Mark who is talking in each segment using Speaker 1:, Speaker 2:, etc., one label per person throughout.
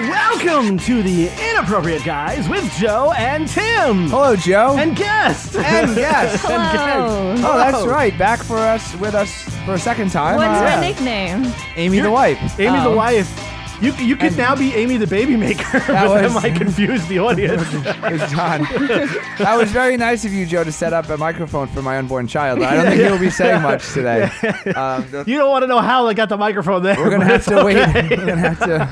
Speaker 1: Welcome to the Inappropriate Guys with Joe and Tim
Speaker 2: Hello, Joe.
Speaker 1: and guest
Speaker 2: And guest.
Speaker 1: And guest.
Speaker 2: oh, that's right. Back for us with us for a second time.
Speaker 3: What's
Speaker 2: Uh,
Speaker 3: her nickname?
Speaker 2: Amy the
Speaker 1: You're-
Speaker 2: wife.
Speaker 1: Amy the
Speaker 3: Oh.
Speaker 1: wife. You, you could
Speaker 2: um, And-
Speaker 1: now be Amy the baby maker, but
Speaker 2: was-
Speaker 1: then I confused the audience.
Speaker 2: It's John. that was very nice of you, Joe, to set up a microphone for my unborn child. I don't think he'll be saying much today. Um, the-
Speaker 1: you don't want to know how I got the microphone there.
Speaker 2: we're gonna
Speaker 1: but
Speaker 2: have
Speaker 1: it's
Speaker 2: to wait.
Speaker 1: okay.
Speaker 2: We're gonna have to.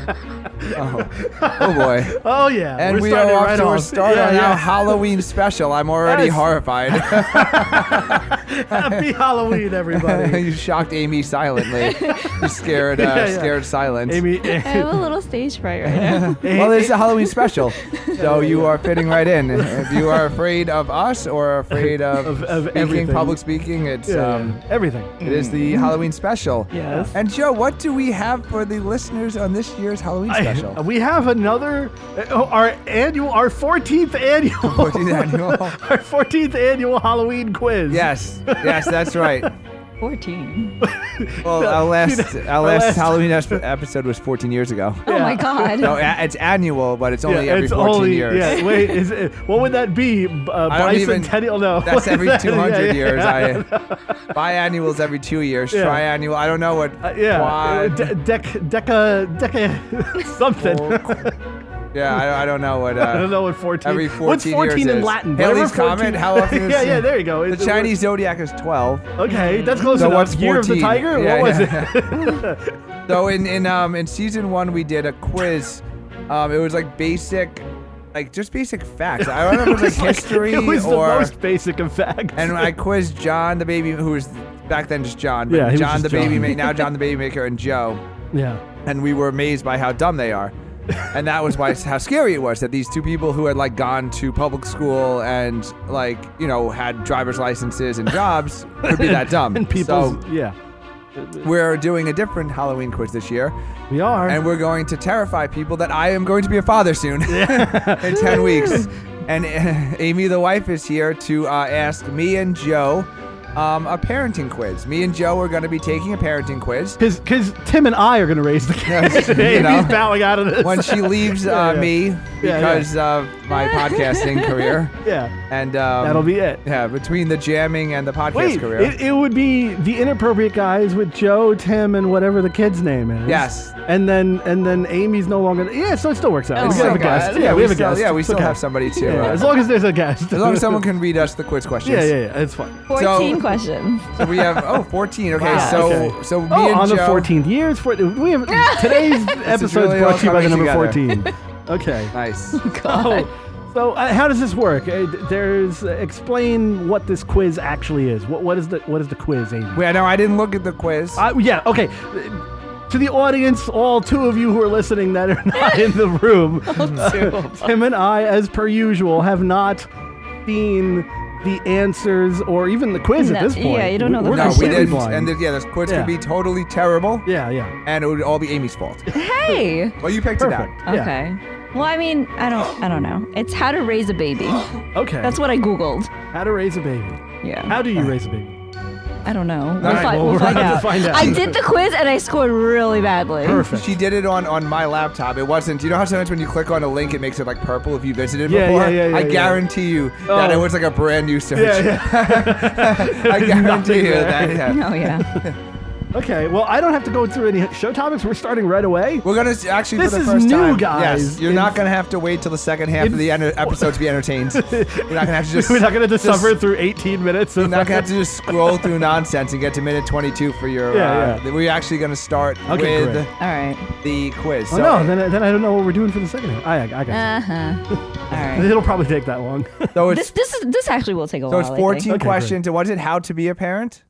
Speaker 2: Oh, oh boy.
Speaker 1: Oh yeah,
Speaker 2: And
Speaker 1: we're
Speaker 2: we are
Speaker 1: starting
Speaker 2: off
Speaker 1: right
Speaker 2: to
Speaker 1: off.
Speaker 2: our start
Speaker 1: yeah,
Speaker 2: on
Speaker 1: yeah.
Speaker 2: our Halloween special. I'm already
Speaker 1: Yes.
Speaker 2: horrified.
Speaker 1: Happy Halloween, everybody.
Speaker 2: you shocked Amy silently. You scared, uh,
Speaker 1: Yeah, yeah.
Speaker 2: scared silent.
Speaker 1: Amy,
Speaker 3: I have a little stage fright right now.
Speaker 2: Well, it's a Halloween special, so you are fitting right in. If you are afraid of us or afraid of,
Speaker 1: Of- of
Speaker 2: speaking,
Speaker 1: everything.
Speaker 2: public speaking, it's
Speaker 1: yeah,
Speaker 2: um,
Speaker 1: everything.
Speaker 2: it is the Halloween special.
Speaker 1: Yes.
Speaker 2: And Joe, what do we have for the listeners on this year's Halloween
Speaker 1: I- Oh.
Speaker 2: special?
Speaker 1: we have another uh, our annual, our 14th annual,
Speaker 2: 14th annual.
Speaker 1: our 14th annual Halloween quiz.
Speaker 2: yes, yes, that's right.
Speaker 3: 14.
Speaker 2: Well, our last our
Speaker 1: last-
Speaker 2: last Halloween es- episode was 14 years ago.
Speaker 3: Oh my
Speaker 1: Yeah.
Speaker 3: god.
Speaker 2: No, a- it's annual, but it's
Speaker 1: Yeah,
Speaker 2: only every
Speaker 1: it's
Speaker 2: 14
Speaker 1: only,
Speaker 2: years.
Speaker 1: Yeah, wait, is it, what would that be? B- Uh,
Speaker 2: I don't even-
Speaker 1: bicentennial? No, what
Speaker 2: That's
Speaker 1: is
Speaker 2: every
Speaker 1: that?
Speaker 2: 200
Speaker 1: Yeah,
Speaker 2: years.
Speaker 1: yeah.
Speaker 2: I biannuals every two years.
Speaker 1: Yeah.
Speaker 2: Triannual. I don't know what.
Speaker 1: Uh, yeah, uh,
Speaker 2: quad-
Speaker 1: de- dec, deca, deca, something.
Speaker 2: yeah. I, I don't know what. Uh,
Speaker 1: I don't know what fourteen.
Speaker 2: Every 14
Speaker 1: What's fourteen
Speaker 2: years
Speaker 1: in
Speaker 2: is.
Speaker 1: Latin?
Speaker 2: Halley's
Speaker 1: Whatever 14
Speaker 2: Comet, how often is-
Speaker 1: yeah, yeah. There you go.
Speaker 2: The
Speaker 1: It's a-
Speaker 2: Chinese zodiac is 12.
Speaker 1: Okay, that's close
Speaker 2: So
Speaker 1: enough.
Speaker 2: what's
Speaker 1: Year of the
Speaker 2: 14?
Speaker 1: tiger?
Speaker 2: Yeah,
Speaker 1: what was
Speaker 2: yeah.
Speaker 1: it?
Speaker 2: So in in um in season one we did a quiz. Um, it was like basic, like just basic facts. I don't know if it was like history
Speaker 1: it was
Speaker 2: or.
Speaker 1: the most basic of facts.
Speaker 2: and I quizzed John the baby, who was back then just John. But
Speaker 1: Yeah, he was
Speaker 2: John
Speaker 1: just
Speaker 2: the baby,
Speaker 1: John.
Speaker 2: ma- now John the baby maker, and Joe.
Speaker 1: yeah,
Speaker 2: and we were amazed by how dumb they are. And that was why how scary it was that these two people who had like gone to public school and like you know had driver's licenses and jobs could be that dumb.
Speaker 1: and people.
Speaker 2: so
Speaker 1: yeah,
Speaker 2: we're doing a different Halloween quiz this year,
Speaker 1: we are.
Speaker 2: and we're going to terrify people that I am going to be a father soon in ten weeks. And uh, Amy, the wife, is here to uh, ask me and Joe um, a parenting quiz. Me and Joe are going to be taking a parenting quiz.
Speaker 1: Because because Tim and I are going to raise the kids.
Speaker 2: you
Speaker 1: Amy's
Speaker 2: know.
Speaker 1: bowing out of this.
Speaker 2: when she leaves uh,
Speaker 1: Yeah, yeah.
Speaker 2: me
Speaker 1: yeah.
Speaker 2: because of my podcasting career,
Speaker 1: yeah,
Speaker 2: and um,
Speaker 1: that'll be it.
Speaker 2: yeah between the jamming and the podcast
Speaker 1: Wait,
Speaker 2: career.
Speaker 1: it, it would be the inappropriate guys with Joe, Tim, and whatever the kid's name is.
Speaker 2: Yes.
Speaker 1: and then and then Amy's no longer. Yeah, so it still works out.
Speaker 3: Oh
Speaker 1: we
Speaker 2: It's
Speaker 1: still have a
Speaker 2: okay.
Speaker 1: guest. Yeah, we, have a
Speaker 2: still,
Speaker 1: guest.
Speaker 2: Yeah, we
Speaker 1: It's
Speaker 2: still
Speaker 1: okay.
Speaker 2: have somebody to.
Speaker 1: Yeah,
Speaker 2: uh,
Speaker 1: as long as there's a guest.
Speaker 2: as long as someone can read us the quiz questions.
Speaker 1: yeah, yeah, yeah, it's fine.
Speaker 3: 14 questions.
Speaker 2: So we have oh 14. Okay,
Speaker 1: Wow.
Speaker 2: so
Speaker 1: Okay.
Speaker 2: so me
Speaker 1: oh,
Speaker 2: and
Speaker 1: on
Speaker 2: Joe.
Speaker 1: the 14th year, it's 14 we have today's episode's
Speaker 2: really all
Speaker 1: brought to you by the
Speaker 2: coming
Speaker 1: number
Speaker 2: together.
Speaker 1: 14. okay.
Speaker 2: Nice.
Speaker 3: God.
Speaker 1: Oh, so uh, how does this work? Uh, d- there's uh, explain what this quiz actually is. What what is the what is the quiz, Amy?
Speaker 2: Wait, no, I didn't look at the quiz.
Speaker 1: I, yeah, okay. Uh, To the audience, all two of you who are listening that are not in the room, uh, Tim and I, as per usual, have not seen the answers or even the quiz at
Speaker 3: No,
Speaker 1: this point.
Speaker 3: yeah, you don't know the
Speaker 1: We're
Speaker 2: no, we
Speaker 1: completely
Speaker 2: didn't.
Speaker 1: blind.
Speaker 2: And the, yeah, this quiz
Speaker 1: Yeah.
Speaker 2: could be totally terrible,
Speaker 1: yeah, yeah.
Speaker 2: and it would all be Amy's fault.
Speaker 3: Hey.
Speaker 2: Well, you picked
Speaker 1: Perfect.
Speaker 2: it
Speaker 3: Okay.
Speaker 1: Yeah.
Speaker 3: Well, I mean, I don't I don't know. It's how to raise a baby.
Speaker 1: Okay.
Speaker 3: That's what I googled.
Speaker 1: How to raise a baby.
Speaker 3: Yeah.
Speaker 1: How do you raise a baby?
Speaker 3: I don't know.
Speaker 2: All
Speaker 3: We'll,
Speaker 2: right,
Speaker 3: fi-
Speaker 1: well,
Speaker 3: we'll
Speaker 1: we're
Speaker 3: find,
Speaker 1: gonna
Speaker 3: out.
Speaker 1: have to find out.
Speaker 3: I did the quiz and I scored really badly.
Speaker 2: out.
Speaker 1: Perfect.
Speaker 2: She did it on on my laptop. It wasn't. You know how sometimes when you click on a link, it makes it like purple if you visited
Speaker 1: Yeah,
Speaker 2: before.
Speaker 1: yeah, yeah, yeah,
Speaker 2: I
Speaker 1: yeah.
Speaker 2: guarantee you that
Speaker 1: Oh.
Speaker 2: it was like a brand new search.
Speaker 1: yeah, yeah.
Speaker 2: I guarantee
Speaker 1: Nothing
Speaker 2: you
Speaker 1: there.
Speaker 2: that. Yeah.
Speaker 3: Oh yeah.
Speaker 1: Okay. Well, I don't have to go through any show topics. We're starting right away.
Speaker 2: We're gonna s- actually
Speaker 1: This
Speaker 2: for the
Speaker 1: is
Speaker 2: first
Speaker 1: new,
Speaker 2: time.
Speaker 1: guys.
Speaker 2: Yes, you're
Speaker 1: In-
Speaker 2: not gonna have to wait till the second half
Speaker 1: in-
Speaker 2: of the enter- episode to be entertained. you're not gonna have to just.
Speaker 1: We're not going to
Speaker 2: just-
Speaker 1: suffer through 18 minutes. Of
Speaker 2: You're not gonna have to just scroll through nonsense and get to minute 22 for your.
Speaker 1: Yeah,
Speaker 2: uh,
Speaker 1: yeah.
Speaker 2: We're actually gonna start
Speaker 1: Okay,
Speaker 2: with
Speaker 1: great.
Speaker 3: All right.
Speaker 2: the quiz.
Speaker 1: Oh,
Speaker 2: So-
Speaker 1: no, then, I- then I don't know what we're doing for the second half. I, I got
Speaker 3: Uh
Speaker 1: you.
Speaker 3: huh. All right.
Speaker 1: It'll probably take that long.
Speaker 2: so it's
Speaker 3: This this is this actually will take a
Speaker 2: so
Speaker 3: while.
Speaker 2: it's
Speaker 3: I think.
Speaker 2: 14
Speaker 1: Okay, great.
Speaker 2: questions. And what is it? How to be a parent?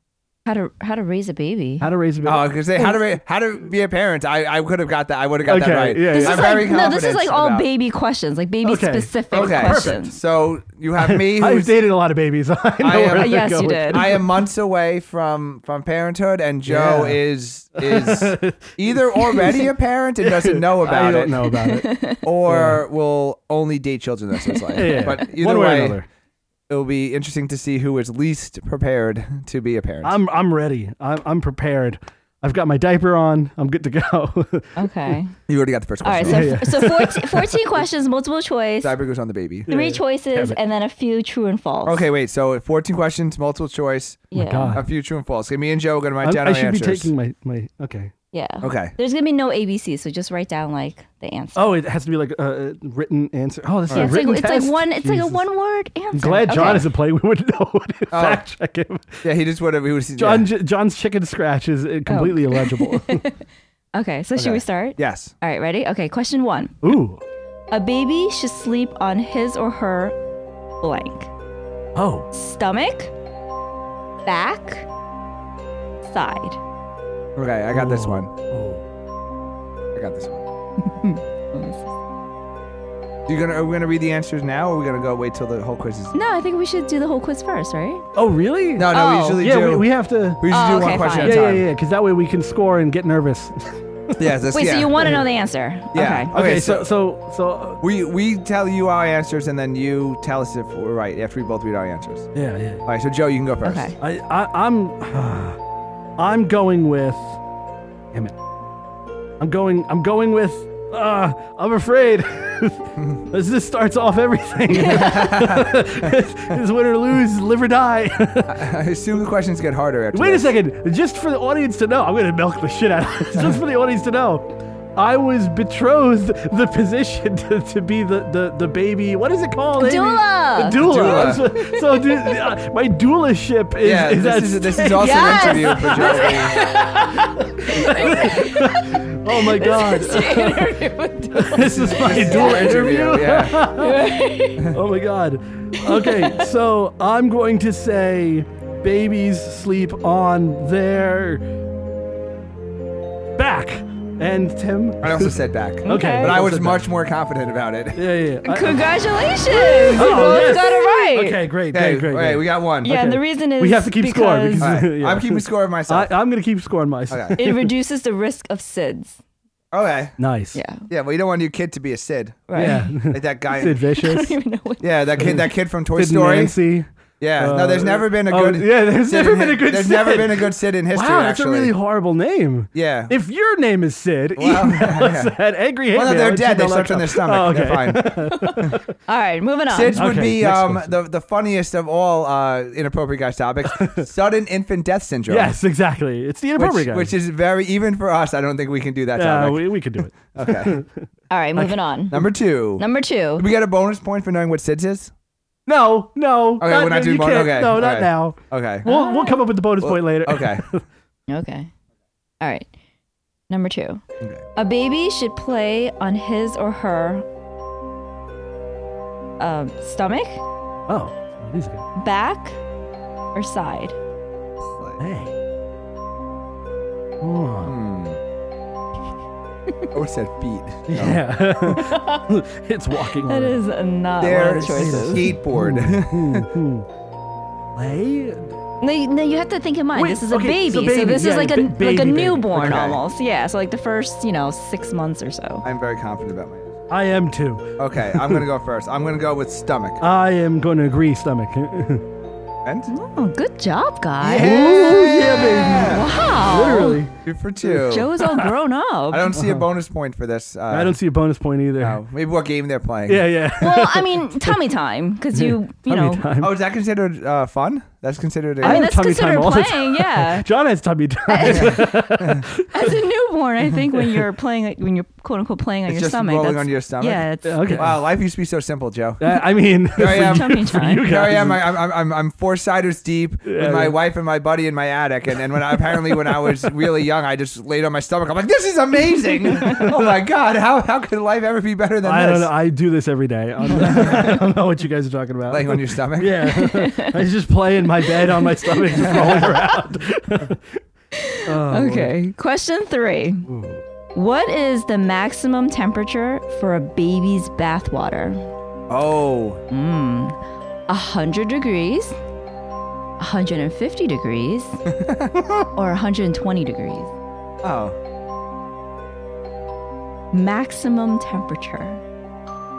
Speaker 3: How to how to raise a baby.
Speaker 1: How to raise a baby.
Speaker 2: Oh, because they how to be, how to be a parent. I, I could have got that. I would have got
Speaker 1: Okay,
Speaker 2: that right.
Speaker 1: yeah, yeah.
Speaker 3: This
Speaker 1: I'm
Speaker 3: is like no, this is like all
Speaker 2: confident
Speaker 3: baby questions, like baby
Speaker 1: Okay.
Speaker 3: specific
Speaker 2: about- Okay, perfect.
Speaker 3: questions.
Speaker 2: So you have me.
Speaker 1: I've
Speaker 2: Who's,
Speaker 1: dated a lot of babies. I know
Speaker 2: I am-
Speaker 1: where to
Speaker 3: Yes,
Speaker 1: go
Speaker 3: you
Speaker 1: with-
Speaker 3: did.
Speaker 2: I am months away from from parenthood, and Joe
Speaker 1: Yeah.
Speaker 2: is is either already a parent and doesn't know about
Speaker 1: I
Speaker 2: it,
Speaker 1: don't know about it.
Speaker 2: or will only date children the rest of his life.
Speaker 1: Yeah.
Speaker 2: But either
Speaker 1: One way, or
Speaker 2: way,
Speaker 1: another.
Speaker 2: it'll be interesting to see who is least prepared to be a parent.
Speaker 1: I'm I'm ready. I'm, I'm prepared. I've got my diaper on. I'm good to go.
Speaker 3: Okay.
Speaker 2: You already got the first
Speaker 3: All right.
Speaker 2: question.
Speaker 3: So,
Speaker 1: Yeah, yeah.
Speaker 3: so 14, 14 questions, multiple choice,
Speaker 2: Diaper goes on the baby.
Speaker 3: three
Speaker 1: Yeah,
Speaker 3: choices,
Speaker 1: damn it.
Speaker 3: and then a few true and false.
Speaker 2: Okay, wait. So 14 questions, multiple choice,
Speaker 3: Yeah.
Speaker 1: Oh God.
Speaker 2: a few true and false. Okay, me and Joe are gonna write
Speaker 1: I'm-
Speaker 2: down
Speaker 1: I
Speaker 2: our
Speaker 1: should be
Speaker 2: answers.
Speaker 1: taking my, my okay.
Speaker 3: Yeah.
Speaker 2: Okay.
Speaker 3: There's gonna be no ABC, so just write down like the answer.
Speaker 1: Oh, it has to be like a, a written answer. Oh, this is
Speaker 3: Yeah,
Speaker 1: a
Speaker 3: it's
Speaker 1: written
Speaker 3: like it's
Speaker 1: test?
Speaker 3: like one. It's like a
Speaker 1: Jesus.
Speaker 3: one word answer.
Speaker 1: I'm glad John
Speaker 3: Okay.
Speaker 1: isn't playing. We wouldn't know what to fact check him.
Speaker 2: Oh. Yeah, he just whatever he was.
Speaker 1: John,
Speaker 2: Yeah.
Speaker 1: J- John's chicken scratch is uh,
Speaker 3: Oh.
Speaker 1: completely illegible.
Speaker 3: Okay. So should we start?
Speaker 2: Yes.
Speaker 3: All right. Ready? Okay. Question one.
Speaker 1: Ooh.
Speaker 3: A baby should sleep on his or her blank.
Speaker 1: Oh.
Speaker 3: Stomach, back, side.
Speaker 2: Okay, I got this one.
Speaker 1: Oh.
Speaker 2: I got this one. You gonna are we gonna read the answers now, or are we gonna go wait till the whole quiz is?
Speaker 3: No, I think we should do the whole quiz first, right?
Speaker 1: Oh, really?
Speaker 2: No, no, we
Speaker 3: Oh.
Speaker 2: usually
Speaker 1: Yeah,
Speaker 2: do.
Speaker 1: we, we have to.
Speaker 2: we usually
Speaker 3: Oh,
Speaker 2: do
Speaker 3: okay,
Speaker 2: one question
Speaker 1: yeah,
Speaker 2: at
Speaker 3: fine.
Speaker 2: a
Speaker 1: yeah,
Speaker 2: time.
Speaker 1: yeah, because that way we can score and get nervous. okay,
Speaker 2: Yes, that's-
Speaker 3: Wait,
Speaker 2: yeah.
Speaker 3: so you want to know the answer? Okay.
Speaker 1: so so so uh,
Speaker 2: We we tell you our answers and then you tell us if we're right after we both read our answers.
Speaker 1: yeah, yeah.
Speaker 2: All right, so Joe, you can go first.
Speaker 3: Okay.
Speaker 1: I, I I'm I'm going with. Damn it. I'm going. I'm going with. Uh, I'm afraid. this just starts off everything. Is win or lose, live or die.
Speaker 2: I assume the questions get harder after.
Speaker 1: Wait a
Speaker 2: this.
Speaker 1: second, just for the audience to know, I'm gonna milk the shit out of this. Just for the audience to know, I was betrothed the position to, to be the, the, the baby. What is it called? Amy?
Speaker 3: Doula.
Speaker 1: The doula.
Speaker 2: Doula.
Speaker 1: So, so do, uh, my doulaship is,
Speaker 2: Yeah,
Speaker 1: is
Speaker 2: this
Speaker 1: at
Speaker 2: is this
Speaker 1: stake.
Speaker 2: is also
Speaker 3: Yes.
Speaker 2: an interview for Joe.
Speaker 1: Oh my god, this is my doula interview.
Speaker 2: Yeah.
Speaker 1: Oh my god. Okay, so I'm going to say babies sleep on their back, and Tim.
Speaker 2: I also said back.
Speaker 1: Okay.
Speaker 2: But I was
Speaker 1: Also
Speaker 2: much more confident about it.
Speaker 1: Yeah, yeah. yeah. I-
Speaker 3: Congratulations! you both
Speaker 1: Oh, yes.
Speaker 3: got it right.
Speaker 1: Okay, great,
Speaker 2: Okay,
Speaker 1: great, great.
Speaker 2: wait,
Speaker 1: great.
Speaker 2: we got one.
Speaker 3: Yeah, and the reason is
Speaker 1: We have to keep score
Speaker 3: because
Speaker 2: All right,
Speaker 1: Yeah.
Speaker 2: I'm keeping score of myself.
Speaker 1: I, I'm gonna keep scoring myself.
Speaker 2: okay.
Speaker 3: it reduces the risk of SIDS.
Speaker 2: Okay.
Speaker 1: Nice.
Speaker 3: Yeah.
Speaker 2: Yeah, well, you don't want your kid to be a Sid,
Speaker 3: Right.
Speaker 1: Yeah.
Speaker 2: like that guy.
Speaker 1: Sid
Speaker 3: I
Speaker 1: Vicious.
Speaker 3: don't even know what.
Speaker 2: Yeah, that kid. That kid from Toy
Speaker 1: Sid
Speaker 2: Story.
Speaker 1: Nancy.
Speaker 2: Yeah.
Speaker 1: Uh,
Speaker 2: no, there's never been a
Speaker 1: oh,
Speaker 2: good.
Speaker 1: yeah, there's
Speaker 2: Sid
Speaker 1: never
Speaker 2: in
Speaker 1: been
Speaker 2: hi-
Speaker 1: a good
Speaker 2: There's never
Speaker 1: Sid.
Speaker 2: been a good Sid in history.
Speaker 1: Wow, that's
Speaker 2: actually.
Speaker 1: a really horrible name.
Speaker 2: Yeah.
Speaker 1: If your name is Sid,
Speaker 2: Wow.
Speaker 1: email us at angry
Speaker 2: well, no, they're dead. They slept on their stomach.
Speaker 1: Oh, okay.
Speaker 2: They're fine.
Speaker 3: All right, moving on.
Speaker 2: Sids would
Speaker 1: Okay,
Speaker 2: be
Speaker 1: next
Speaker 2: um,
Speaker 1: question.
Speaker 2: the the funniest of all uh, inappropriate guys topics: sudden infant death syndrome.
Speaker 1: Yes, exactly. It's the
Speaker 2: Which,
Speaker 1: inappropriate guy.
Speaker 2: which is very even for us. I don't think we can do that
Speaker 1: yeah,
Speaker 2: topic.
Speaker 1: we, we could do it.
Speaker 2: okay.
Speaker 3: All right, moving on.
Speaker 2: Number two.
Speaker 3: Number two.
Speaker 2: we get a bonus point for knowing what Sids is.
Speaker 1: No, no.
Speaker 2: Okay,
Speaker 1: not,
Speaker 2: we're not
Speaker 1: you
Speaker 2: doing bon-
Speaker 1: can't.
Speaker 2: okay,
Speaker 1: No, not
Speaker 2: okay.
Speaker 1: now.
Speaker 2: Okay.
Speaker 1: We'll, we'll come up with the bonus point later.
Speaker 2: Ah. Okay.
Speaker 3: Okay. All right. Number two.
Speaker 2: Okay.
Speaker 3: A baby should play on his or her um, stomach,
Speaker 1: Oh, these are
Speaker 3: back, or side.
Speaker 1: good. Hey. Oh.
Speaker 2: Hmm. Or said feet. No.
Speaker 1: Yeah. it's walking on
Speaker 3: That is not one
Speaker 2: Their
Speaker 3: of the choices.
Speaker 2: skateboard.
Speaker 1: Lay?
Speaker 3: No, you, no, you have to think in mind.
Speaker 1: Wait,
Speaker 3: this is a
Speaker 1: okay,
Speaker 3: baby,
Speaker 1: so
Speaker 3: so,
Speaker 1: baby,
Speaker 3: this
Speaker 1: yeah,
Speaker 3: is like a
Speaker 1: ba-
Speaker 3: like
Speaker 1: baby,
Speaker 3: a
Speaker 1: baby.
Speaker 3: newborn
Speaker 2: Okay.
Speaker 3: almost. Yeah, so like the first you know six months or so.
Speaker 2: I'm very confident about my answer.
Speaker 1: I am too.
Speaker 2: Okay, I'm gonna go first. I'm gonna go with stomach.
Speaker 1: I am going to agree, stomach.
Speaker 2: And
Speaker 3: Oh, good job, guys!
Speaker 1: yeah,
Speaker 3: Wow,
Speaker 1: Literally.
Speaker 2: two for two.
Speaker 3: Joe is all grown
Speaker 2: I
Speaker 3: up.
Speaker 2: don't see a bonus point for this. Uh,
Speaker 1: I don't see a bonus point either.
Speaker 2: know. Maybe what game they're playing.
Speaker 1: Yeah, yeah.
Speaker 3: well, I mean, tummy time because you you
Speaker 1: Tummy
Speaker 3: know.
Speaker 1: time.
Speaker 2: Oh, is that considered uh, fun? That's considered. A,
Speaker 3: I mean,
Speaker 1: have
Speaker 3: that's
Speaker 1: tummy time
Speaker 3: considered
Speaker 1: all the
Speaker 3: playing, yeah.
Speaker 1: John has tummy time.
Speaker 3: As a newborn, I think when you're playing, when you're quote unquote playing on
Speaker 2: It's
Speaker 3: your
Speaker 2: just
Speaker 3: stomach,
Speaker 2: rolling
Speaker 3: that's-
Speaker 2: on your stomach?
Speaker 3: Yeah, it's
Speaker 1: okay.
Speaker 2: wow, life used to be so simple, Joe.
Speaker 1: Uh, I mean, for,
Speaker 2: I am.
Speaker 1: you,
Speaker 3: Tummy
Speaker 1: for
Speaker 3: time.
Speaker 1: you guys.
Speaker 2: Here I am. I, I'm, I'm, I'm four ciders deep
Speaker 1: Yeah,
Speaker 2: with my
Speaker 1: yeah.
Speaker 2: wife and my buddy in my attic. And, and when I, apparently when I was really young, I just laid on my stomach. I'm like, this is amazing. oh my god, how how could life ever be better than
Speaker 1: I
Speaker 2: this?
Speaker 1: don't know. I do this every day. I don't know, I don't know what you guys are talking about.
Speaker 2: Laying on your stomach.
Speaker 1: yeah. I just play in my bed on my stomach, just rolling around. Oh,
Speaker 3: Okay. Question three. What is the maximum temperature for a baby's bathwater?
Speaker 2: Oh,
Speaker 3: Mmm. 100 degrees, 150 degrees, or 120 degrees?
Speaker 2: oh,
Speaker 3: Maximum temperature.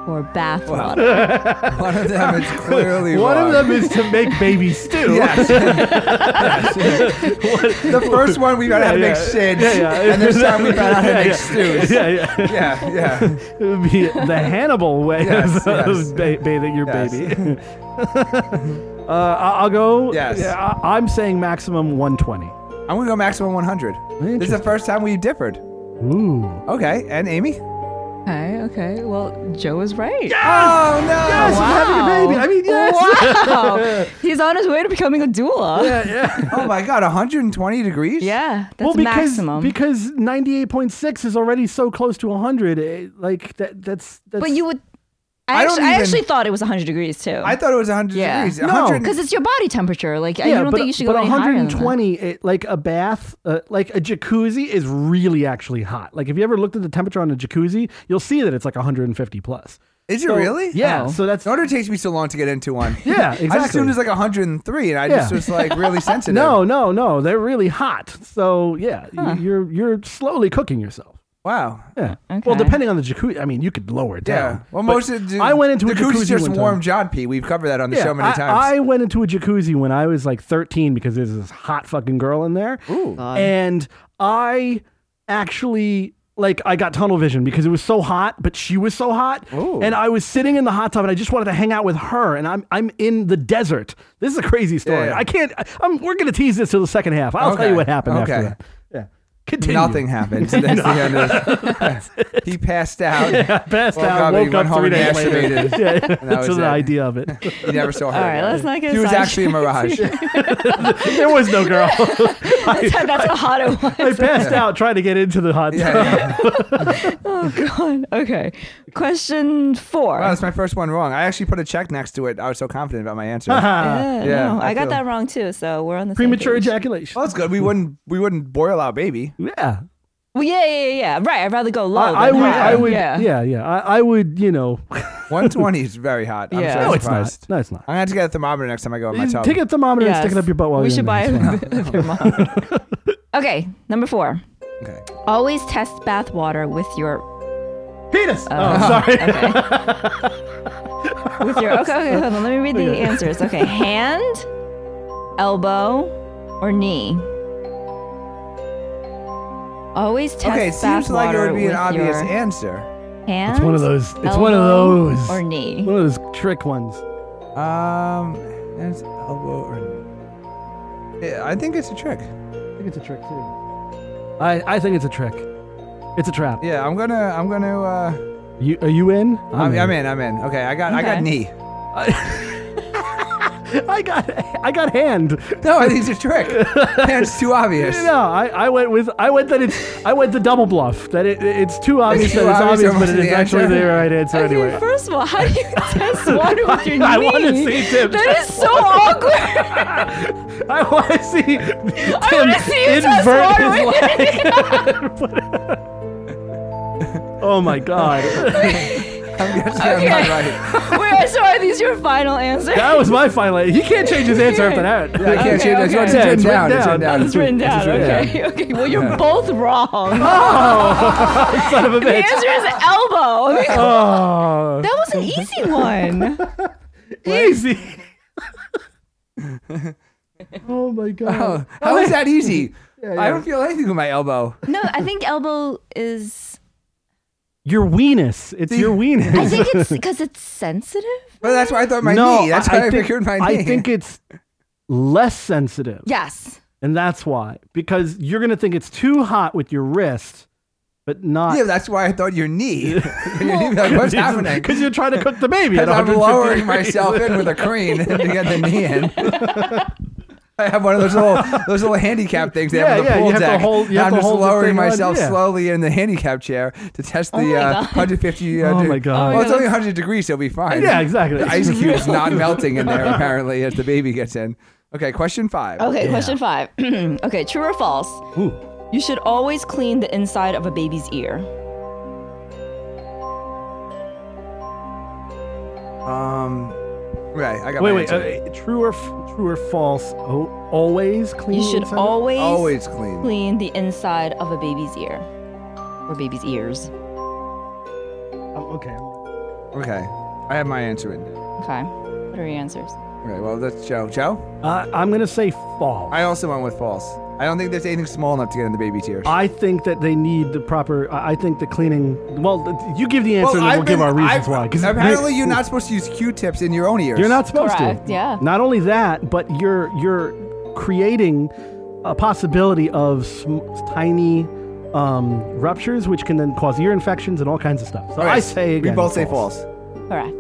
Speaker 3: or bath
Speaker 2: Wow.
Speaker 3: water?
Speaker 2: One of them is clearly
Speaker 1: One of
Speaker 2: wrong.
Speaker 1: them is to make baby stew.
Speaker 2: Yes. Yes. the first one we found out how to
Speaker 1: Yeah,
Speaker 2: make
Speaker 1: yeah.
Speaker 2: shit,
Speaker 1: Yeah, yeah.
Speaker 2: and this time we found out how to
Speaker 1: Yeah,
Speaker 2: make
Speaker 1: yeah.
Speaker 2: stews.
Speaker 1: Yeah, yeah.
Speaker 2: Yeah, yeah.
Speaker 1: It would be the Hannibal way
Speaker 2: Yes,
Speaker 1: of
Speaker 2: yes.
Speaker 1: ba- bathing your
Speaker 2: Yes.
Speaker 1: baby. uh, I- I'll go.
Speaker 2: Yes.
Speaker 1: Yeah, I- I'm saying maximum 120.
Speaker 2: I'm gonna go maximum 100. This is the
Speaker 1: Interesting.
Speaker 2: first time we differed.
Speaker 1: Ooh.
Speaker 2: Okay, and Amy?
Speaker 4: Okay, okay. Well, Joe is right.
Speaker 2: Oh no!
Speaker 1: Yes, I'm having a baby. I mean, yes.
Speaker 4: Wow.
Speaker 3: He's on his way to becoming a doula. Yeah,
Speaker 2: Oh my god, 120 degrees?
Speaker 3: that's
Speaker 1: well, because
Speaker 3: maximum.
Speaker 1: because 98.6 is already so close to 100. eh, Like that. That's, that's
Speaker 3: but you would.
Speaker 2: I
Speaker 3: I,
Speaker 2: don't
Speaker 3: actually, I
Speaker 2: even-
Speaker 3: actually thought it was 100 degrees too.
Speaker 2: I thought it was 100
Speaker 4: Yeah.
Speaker 2: degrees.
Speaker 1: No.
Speaker 2: 100
Speaker 3: because it's your body temperature. Like
Speaker 1: Yeah,
Speaker 3: I you don't
Speaker 1: but,
Speaker 3: think you should
Speaker 1: but
Speaker 3: go any higher than that.
Speaker 1: 120, it, eh, like a bath, uh, like a jacuzzi is really actually hot. Like if you ever looked at the temperature on a jacuzzi, you'll see that it's like 150 plus.
Speaker 2: Is it really?
Speaker 1: Yeah.
Speaker 3: Oh.
Speaker 1: So that's
Speaker 2: No wonder it takes me so long to get into one.
Speaker 1: yeah,
Speaker 2: I just
Speaker 1: exactly.
Speaker 2: assumed it was like 103, and I just
Speaker 1: Yeah.
Speaker 2: was like really sensitive.
Speaker 1: no, no, no. They're really hot. So yeah, y- you're you're slowly cooking yourself.
Speaker 2: Wow.
Speaker 1: Yeah.
Speaker 3: Okay.
Speaker 1: Well, depending on the jacuzzi, I mean, you could lower it
Speaker 2: Yeah.
Speaker 1: down.
Speaker 2: Well,
Speaker 1: but
Speaker 2: most of the
Speaker 1: I went into a
Speaker 2: the Goose
Speaker 1: jacuzzi
Speaker 2: is just
Speaker 1: one time.
Speaker 2: warm John P. We've covered that on the show many
Speaker 1: I,
Speaker 2: times.
Speaker 1: I went into a jacuzzi when I was like 13 because there's this hot fucking girl in there.
Speaker 2: Ooh.
Speaker 4: God.
Speaker 1: And I actually like I got tunnel vision because it was so hot, but she was so hot.
Speaker 2: Ooh.
Speaker 1: And I was sitting in the hot tub and I just wanted to hang out with her and I'm I'm in the desert. This is a crazy story.
Speaker 2: Yeah.
Speaker 1: I can't I, am we're going to tease this till the second half. I'll tell
Speaker 2: Okay.
Speaker 1: you what happened
Speaker 2: Okay.
Speaker 1: after that. Yeah. Continue.
Speaker 2: Nothing happened. That's the end of it. he passed out.
Speaker 1: Passed
Speaker 2: Woke
Speaker 1: out,
Speaker 2: up, he
Speaker 1: woke
Speaker 2: went
Speaker 1: up
Speaker 2: home
Speaker 1: three days
Speaker 2: and
Speaker 1: later.
Speaker 2: masturbated.
Speaker 1: Yeah,
Speaker 2: that
Speaker 1: that's
Speaker 2: was
Speaker 1: the
Speaker 2: it.
Speaker 1: idea of it.
Speaker 2: You never saw her.
Speaker 3: All right,
Speaker 2: again.
Speaker 3: let's not get
Speaker 2: She was
Speaker 3: sidetracked.
Speaker 2: actually a mirage.
Speaker 1: there was no girl.
Speaker 3: that's, how, that's how hot it was.
Speaker 1: I passed out trying to get into the hot tub.
Speaker 2: Yeah, yeah.
Speaker 3: Oh god. Okay. Question four.
Speaker 2: Wow, that's my first one wrong. I actually put a check next to it. I was so confident about my answer. well,
Speaker 1: Ah,
Speaker 3: yeah,
Speaker 2: uh, yeah,
Speaker 3: no,
Speaker 2: I
Speaker 3: I, got
Speaker 2: feel-
Speaker 3: that wrong too. So we're on the
Speaker 1: Premature
Speaker 3: Same page.
Speaker 1: ejaculation.
Speaker 2: that's good. We wouldn't we wouldn't boil our baby.
Speaker 1: Yeah.
Speaker 3: Well, yeah, yeah, yeah, yeah. Right. I'd rather go low.
Speaker 1: I, I
Speaker 3: than
Speaker 1: would,
Speaker 3: high.
Speaker 1: I would,
Speaker 3: Yeah.
Speaker 1: yeah, yeah. I, I would, you know.
Speaker 2: 120 is very hot. I'm
Speaker 4: Yeah.
Speaker 2: so
Speaker 4: No,
Speaker 1: it's
Speaker 2: surprised.
Speaker 1: not. No, it's not.
Speaker 2: I'm gonna have to get a thermometer next time I go in my tub.
Speaker 1: Take a thermometer
Speaker 3: Yes.
Speaker 1: and stick it up your butt while
Speaker 3: we
Speaker 1: you're
Speaker 3: should
Speaker 1: in
Speaker 3: buy
Speaker 1: there. It's fine.
Speaker 3: a thermometer. okay. Number four.
Speaker 2: Okay.
Speaker 3: Always test bath water with your
Speaker 1: penis.
Speaker 3: Uh,
Speaker 1: oh, sorry.
Speaker 3: okay. with your okay. Okay. Hold on. Let me read the
Speaker 1: Okay.
Speaker 3: answers. Okay. Hand, elbow, or knee. Always test
Speaker 2: Okay, it seems
Speaker 3: bath
Speaker 2: like it
Speaker 3: water
Speaker 2: would be an
Speaker 3: with
Speaker 2: obvious
Speaker 3: your
Speaker 2: answer.
Speaker 3: hand.
Speaker 1: It's one of those. It's one of
Speaker 3: elbow,
Speaker 1: those.
Speaker 3: Or knee.
Speaker 1: One of those trick ones.
Speaker 2: Um, that's elbow or. Yeah, I think it's a trick.
Speaker 1: I think it's a trick too. I, I think it's a trick. It's a trap.
Speaker 2: Yeah, I'm gonna, I'm gonna, uh,
Speaker 1: You are you in?
Speaker 2: I'm, I'm in, I'm in. Okay, I got, I got
Speaker 3: Okay.
Speaker 2: knee.
Speaker 1: I got I got hand.
Speaker 2: No, I think it's a trick. That's too obvious.
Speaker 1: No, I, I went with I went that it's I went the double bluff that it, it's too obvious
Speaker 2: too
Speaker 1: that it's
Speaker 2: obvious
Speaker 1: obvious,
Speaker 2: almost
Speaker 1: but it
Speaker 2: the
Speaker 1: is actually
Speaker 2: answer.
Speaker 1: the right answer
Speaker 3: I mean,
Speaker 1: anyway.
Speaker 3: first of all, how do you test water with your knee?
Speaker 1: I wanna see Tim
Speaker 3: That
Speaker 1: test
Speaker 3: is so awkward.
Speaker 1: I want to see Tim
Speaker 3: wanna see you test
Speaker 1: invert
Speaker 3: water with
Speaker 1: his leg. oh my god,
Speaker 2: I'm guessing I'm not right.
Speaker 3: Wait, so are these your final answers?
Speaker 1: that was my final. He can't change his answer after that.
Speaker 2: I can't
Speaker 3: Okay,
Speaker 2: change that.
Speaker 3: okay.
Speaker 2: It's
Speaker 1: Yeah,
Speaker 2: written
Speaker 1: it's
Speaker 2: down.
Speaker 1: written
Speaker 2: It's
Speaker 1: down.
Speaker 2: written down.
Speaker 3: It's written down.
Speaker 2: It's written
Speaker 3: okay, okay. Well, you're both wrong.
Speaker 1: Oh, son of a
Speaker 3: the
Speaker 1: bitch.
Speaker 3: answer is elbow. I mean,
Speaker 1: Oh,
Speaker 3: that was an easy one.
Speaker 1: easy. oh my god.
Speaker 2: down. How is that easy? I
Speaker 1: yeah.
Speaker 2: don't feel anything with my elbow.
Speaker 3: No, I think elbow is.
Speaker 1: Your weenus. It's your weenus.
Speaker 3: I think it's because it's sensitive.
Speaker 2: But that's why I thought my
Speaker 1: no,
Speaker 2: knee. That's
Speaker 1: I,
Speaker 2: why I,
Speaker 1: I think,
Speaker 2: figured my knee.
Speaker 1: I think it's less sensitive.
Speaker 3: Yes.
Speaker 1: And that's why. Because you're going to think it's too hot with your wrist, but not.
Speaker 2: yeah, that's why I thought your knee. your knee like, what's happening?
Speaker 1: Because you're trying to cook the baby. At
Speaker 2: I'm
Speaker 1: 150
Speaker 2: lowering
Speaker 1: degrees.
Speaker 2: myself in with a crane to get the knee in. I have one of those little those little handicap things they
Speaker 1: Yeah,
Speaker 2: have in the
Speaker 1: yeah, you
Speaker 2: pool
Speaker 1: have to
Speaker 2: deck.
Speaker 1: hold- you
Speaker 2: and
Speaker 1: have
Speaker 2: I'm
Speaker 1: to
Speaker 2: just
Speaker 1: hold the
Speaker 2: lowering
Speaker 1: thing on,
Speaker 2: myself
Speaker 1: yeah.
Speaker 2: slowly in the handicap chair to test the
Speaker 3: Oh my
Speaker 2: uh,
Speaker 3: God.
Speaker 2: 150. Uh,
Speaker 1: Oh
Speaker 2: de-
Speaker 1: my God.
Speaker 2: Well, it's
Speaker 3: Oh,
Speaker 2: only
Speaker 3: that's-
Speaker 2: 100 degrees, so it'll be fine.
Speaker 1: Yeah, exactly.
Speaker 2: The ice cube's not melting in there apparently as the baby gets in. Okay, question five.
Speaker 3: Okay, question five. okay, true or false?
Speaker 1: Ooh.
Speaker 3: You should always clean the inside of a baby's ear.
Speaker 2: Um, right, I got
Speaker 1: Wait,
Speaker 2: my
Speaker 1: wait.
Speaker 2: answer.
Speaker 1: uh, true or f- true or false? Oh, always clean.
Speaker 3: You should
Speaker 1: inside?
Speaker 3: always,
Speaker 2: Always clean.
Speaker 3: clean the inside of a baby's ear or baby's ears.
Speaker 1: Oh, okay.
Speaker 2: Okay. I have my answer in there.
Speaker 3: Okay. What are your answers?
Speaker 2: Okay, well, that's Joe. Joe?
Speaker 1: Uh, I'm gonna say fall.
Speaker 2: I also went with false. I don't think there's anything small enough to get in the baby tears.
Speaker 1: I think that they need the proper. I I think the cleaning. Well, you give the answer, and then
Speaker 2: I've
Speaker 1: we'll give
Speaker 2: been-
Speaker 1: our reasons
Speaker 2: I've-
Speaker 1: why. 'cause
Speaker 2: apparently
Speaker 1: they-
Speaker 2: you're not supposed to use Q-tips in your own ears.
Speaker 1: You're not supposed
Speaker 3: Correct,
Speaker 1: to.
Speaker 3: yeah.
Speaker 1: Not only that, but you're you're creating a possibility of sm- tiny um, ruptures, which can then cause ear infections and all kinds of stuff. So
Speaker 2: All
Speaker 1: I
Speaker 2: right,
Speaker 1: say
Speaker 2: we
Speaker 1: again,
Speaker 2: both say false.
Speaker 3: Correct.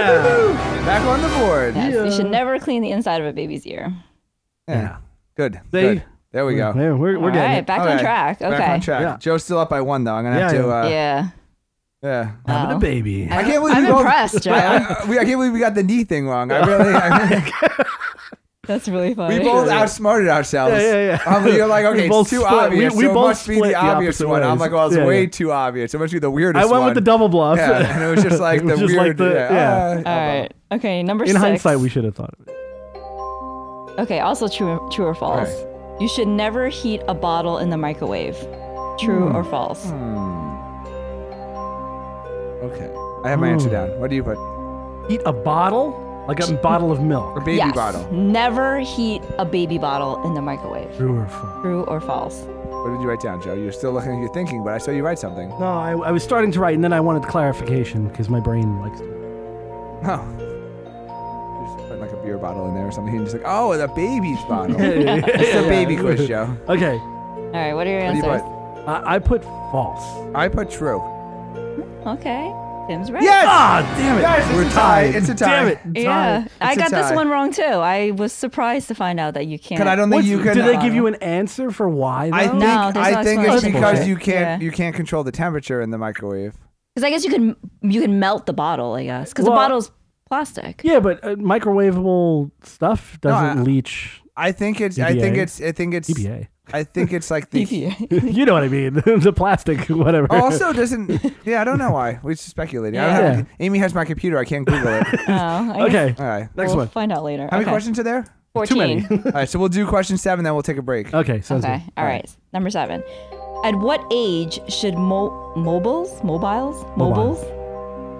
Speaker 2: Back on the board.
Speaker 3: Yes, you should never clean the inside of a baby's ear.
Speaker 1: Yeah.
Speaker 2: Good.
Speaker 1: They-
Speaker 2: good. There we go.
Speaker 1: Yeah, we're, we're
Speaker 3: All
Speaker 1: getting
Speaker 3: right,
Speaker 1: it.
Speaker 3: back on
Speaker 2: Okay,
Speaker 3: track. Okay.
Speaker 2: Back on track.
Speaker 1: Yeah.
Speaker 2: Joe's still up by one though. I'm gonna have
Speaker 1: Yeah,
Speaker 2: to. Uh,
Speaker 3: yeah.
Speaker 2: yeah.
Speaker 1: Having a
Speaker 3: Wow.
Speaker 1: baby.
Speaker 2: I can't believe
Speaker 3: I'm
Speaker 2: we both-
Speaker 3: impressed, Joe.
Speaker 2: I, I- we, I can't believe we got the knee thing wrong. I really, I,
Speaker 3: That's really funny.
Speaker 2: we both outsmarted ourselves.
Speaker 1: Yeah, yeah, yeah.
Speaker 2: Um, you're like,
Speaker 1: We
Speaker 2: okay,
Speaker 1: both
Speaker 2: it's too
Speaker 1: split-
Speaker 2: obvious.
Speaker 1: we- we
Speaker 2: so
Speaker 1: both
Speaker 2: it must be
Speaker 1: split
Speaker 2: the
Speaker 1: the
Speaker 2: obvious
Speaker 1: opposite
Speaker 2: one. I'm
Speaker 1: ways.
Speaker 2: like, well, it's
Speaker 1: Yeah,
Speaker 2: way
Speaker 1: yeah.
Speaker 2: too obvious. It must be the weirdest
Speaker 1: I went
Speaker 2: one.
Speaker 1: with the double bluff.
Speaker 2: Yeah, and it was just like
Speaker 1: It was
Speaker 2: the
Speaker 1: just like
Speaker 2: weird.
Speaker 1: the-
Speaker 2: yeah. Ah.
Speaker 3: All right. Okay, number
Speaker 1: In
Speaker 3: six.
Speaker 1: hindsight, we should have thought of it.
Speaker 3: Okay, also true, true or false. You should never heat a bottle in the microwave. True
Speaker 2: Hmm.
Speaker 3: or false?
Speaker 2: Okay. I have my answer down. What do you put?
Speaker 1: Eat a bottle, like a bottle of
Speaker 2: A
Speaker 1: milk.
Speaker 2: baby
Speaker 3: yes.
Speaker 2: bottle.
Speaker 3: Never heat a baby bottle in the microwave.
Speaker 1: True or false?
Speaker 3: True or false?
Speaker 2: What did you write down, Joe? You're still looking at your thinking, but I saw you write something.
Speaker 1: No, I, I was starting to write, and then I wanted clarification because my brain likes to.
Speaker 2: Oh. You're just putting like a beer bottle in there or something. And just like, oh, the baby's bottle. it's a baby quiz, Joe.
Speaker 1: Okay,
Speaker 3: All right, what are your
Speaker 2: What do you
Speaker 3: answers?
Speaker 2: put?
Speaker 1: I, I put false.
Speaker 2: I put true.
Speaker 3: Okay. Tim's right.
Speaker 2: Yes!
Speaker 1: Ah, damn it!
Speaker 2: Guys, it's
Speaker 1: We're
Speaker 2: a tie.
Speaker 1: tied.
Speaker 2: It's a tie.
Speaker 1: Damn it!
Speaker 3: Yeah.
Speaker 1: Tied.
Speaker 3: I
Speaker 2: It's a
Speaker 3: got this
Speaker 2: tie.
Speaker 3: one wrong too. I was surprised to find out that you can't.
Speaker 2: Because I don't think
Speaker 1: What's-
Speaker 2: you can.
Speaker 1: did they
Speaker 2: uh,
Speaker 1: give you an answer for why? Though?
Speaker 2: I think,
Speaker 3: No, there's
Speaker 2: I
Speaker 3: no
Speaker 2: think it's
Speaker 1: explanation.
Speaker 2: because
Speaker 1: Okay.
Speaker 2: you can't
Speaker 3: Yeah.
Speaker 2: you can't control the temperature in the microwave.
Speaker 3: Because I guess you can you can melt the bottle. I guess because
Speaker 1: Well-
Speaker 3: the bottle's plastic.
Speaker 1: Yeah, but uh, microwavable stuff doesn't
Speaker 2: I-
Speaker 1: leach
Speaker 2: I think it's I think
Speaker 1: EVA?
Speaker 2: it's I think it's
Speaker 1: EPA.
Speaker 2: I think it's like
Speaker 3: E
Speaker 2: the
Speaker 1: you know what I mean? the plastic, whatever.
Speaker 2: also doesn't yeah I don't know why we're just speculating. I don't
Speaker 1: Yeah.
Speaker 2: have, Amy has my computer. I can't Google it.
Speaker 3: oh, I guess
Speaker 1: okay,
Speaker 2: All right.
Speaker 1: next
Speaker 3: we'll
Speaker 1: one.
Speaker 3: Find out later.
Speaker 2: How many
Speaker 3: Okay.
Speaker 2: questions are there?
Speaker 1: Too
Speaker 3: 14.
Speaker 1: many.
Speaker 2: All right, so we'll do question seven, then we'll take a break.
Speaker 1: okay, sounds
Speaker 3: Okay. All right. Number seven. At what age should mo- mobiles, mobiles, mobiles,
Speaker 1: good.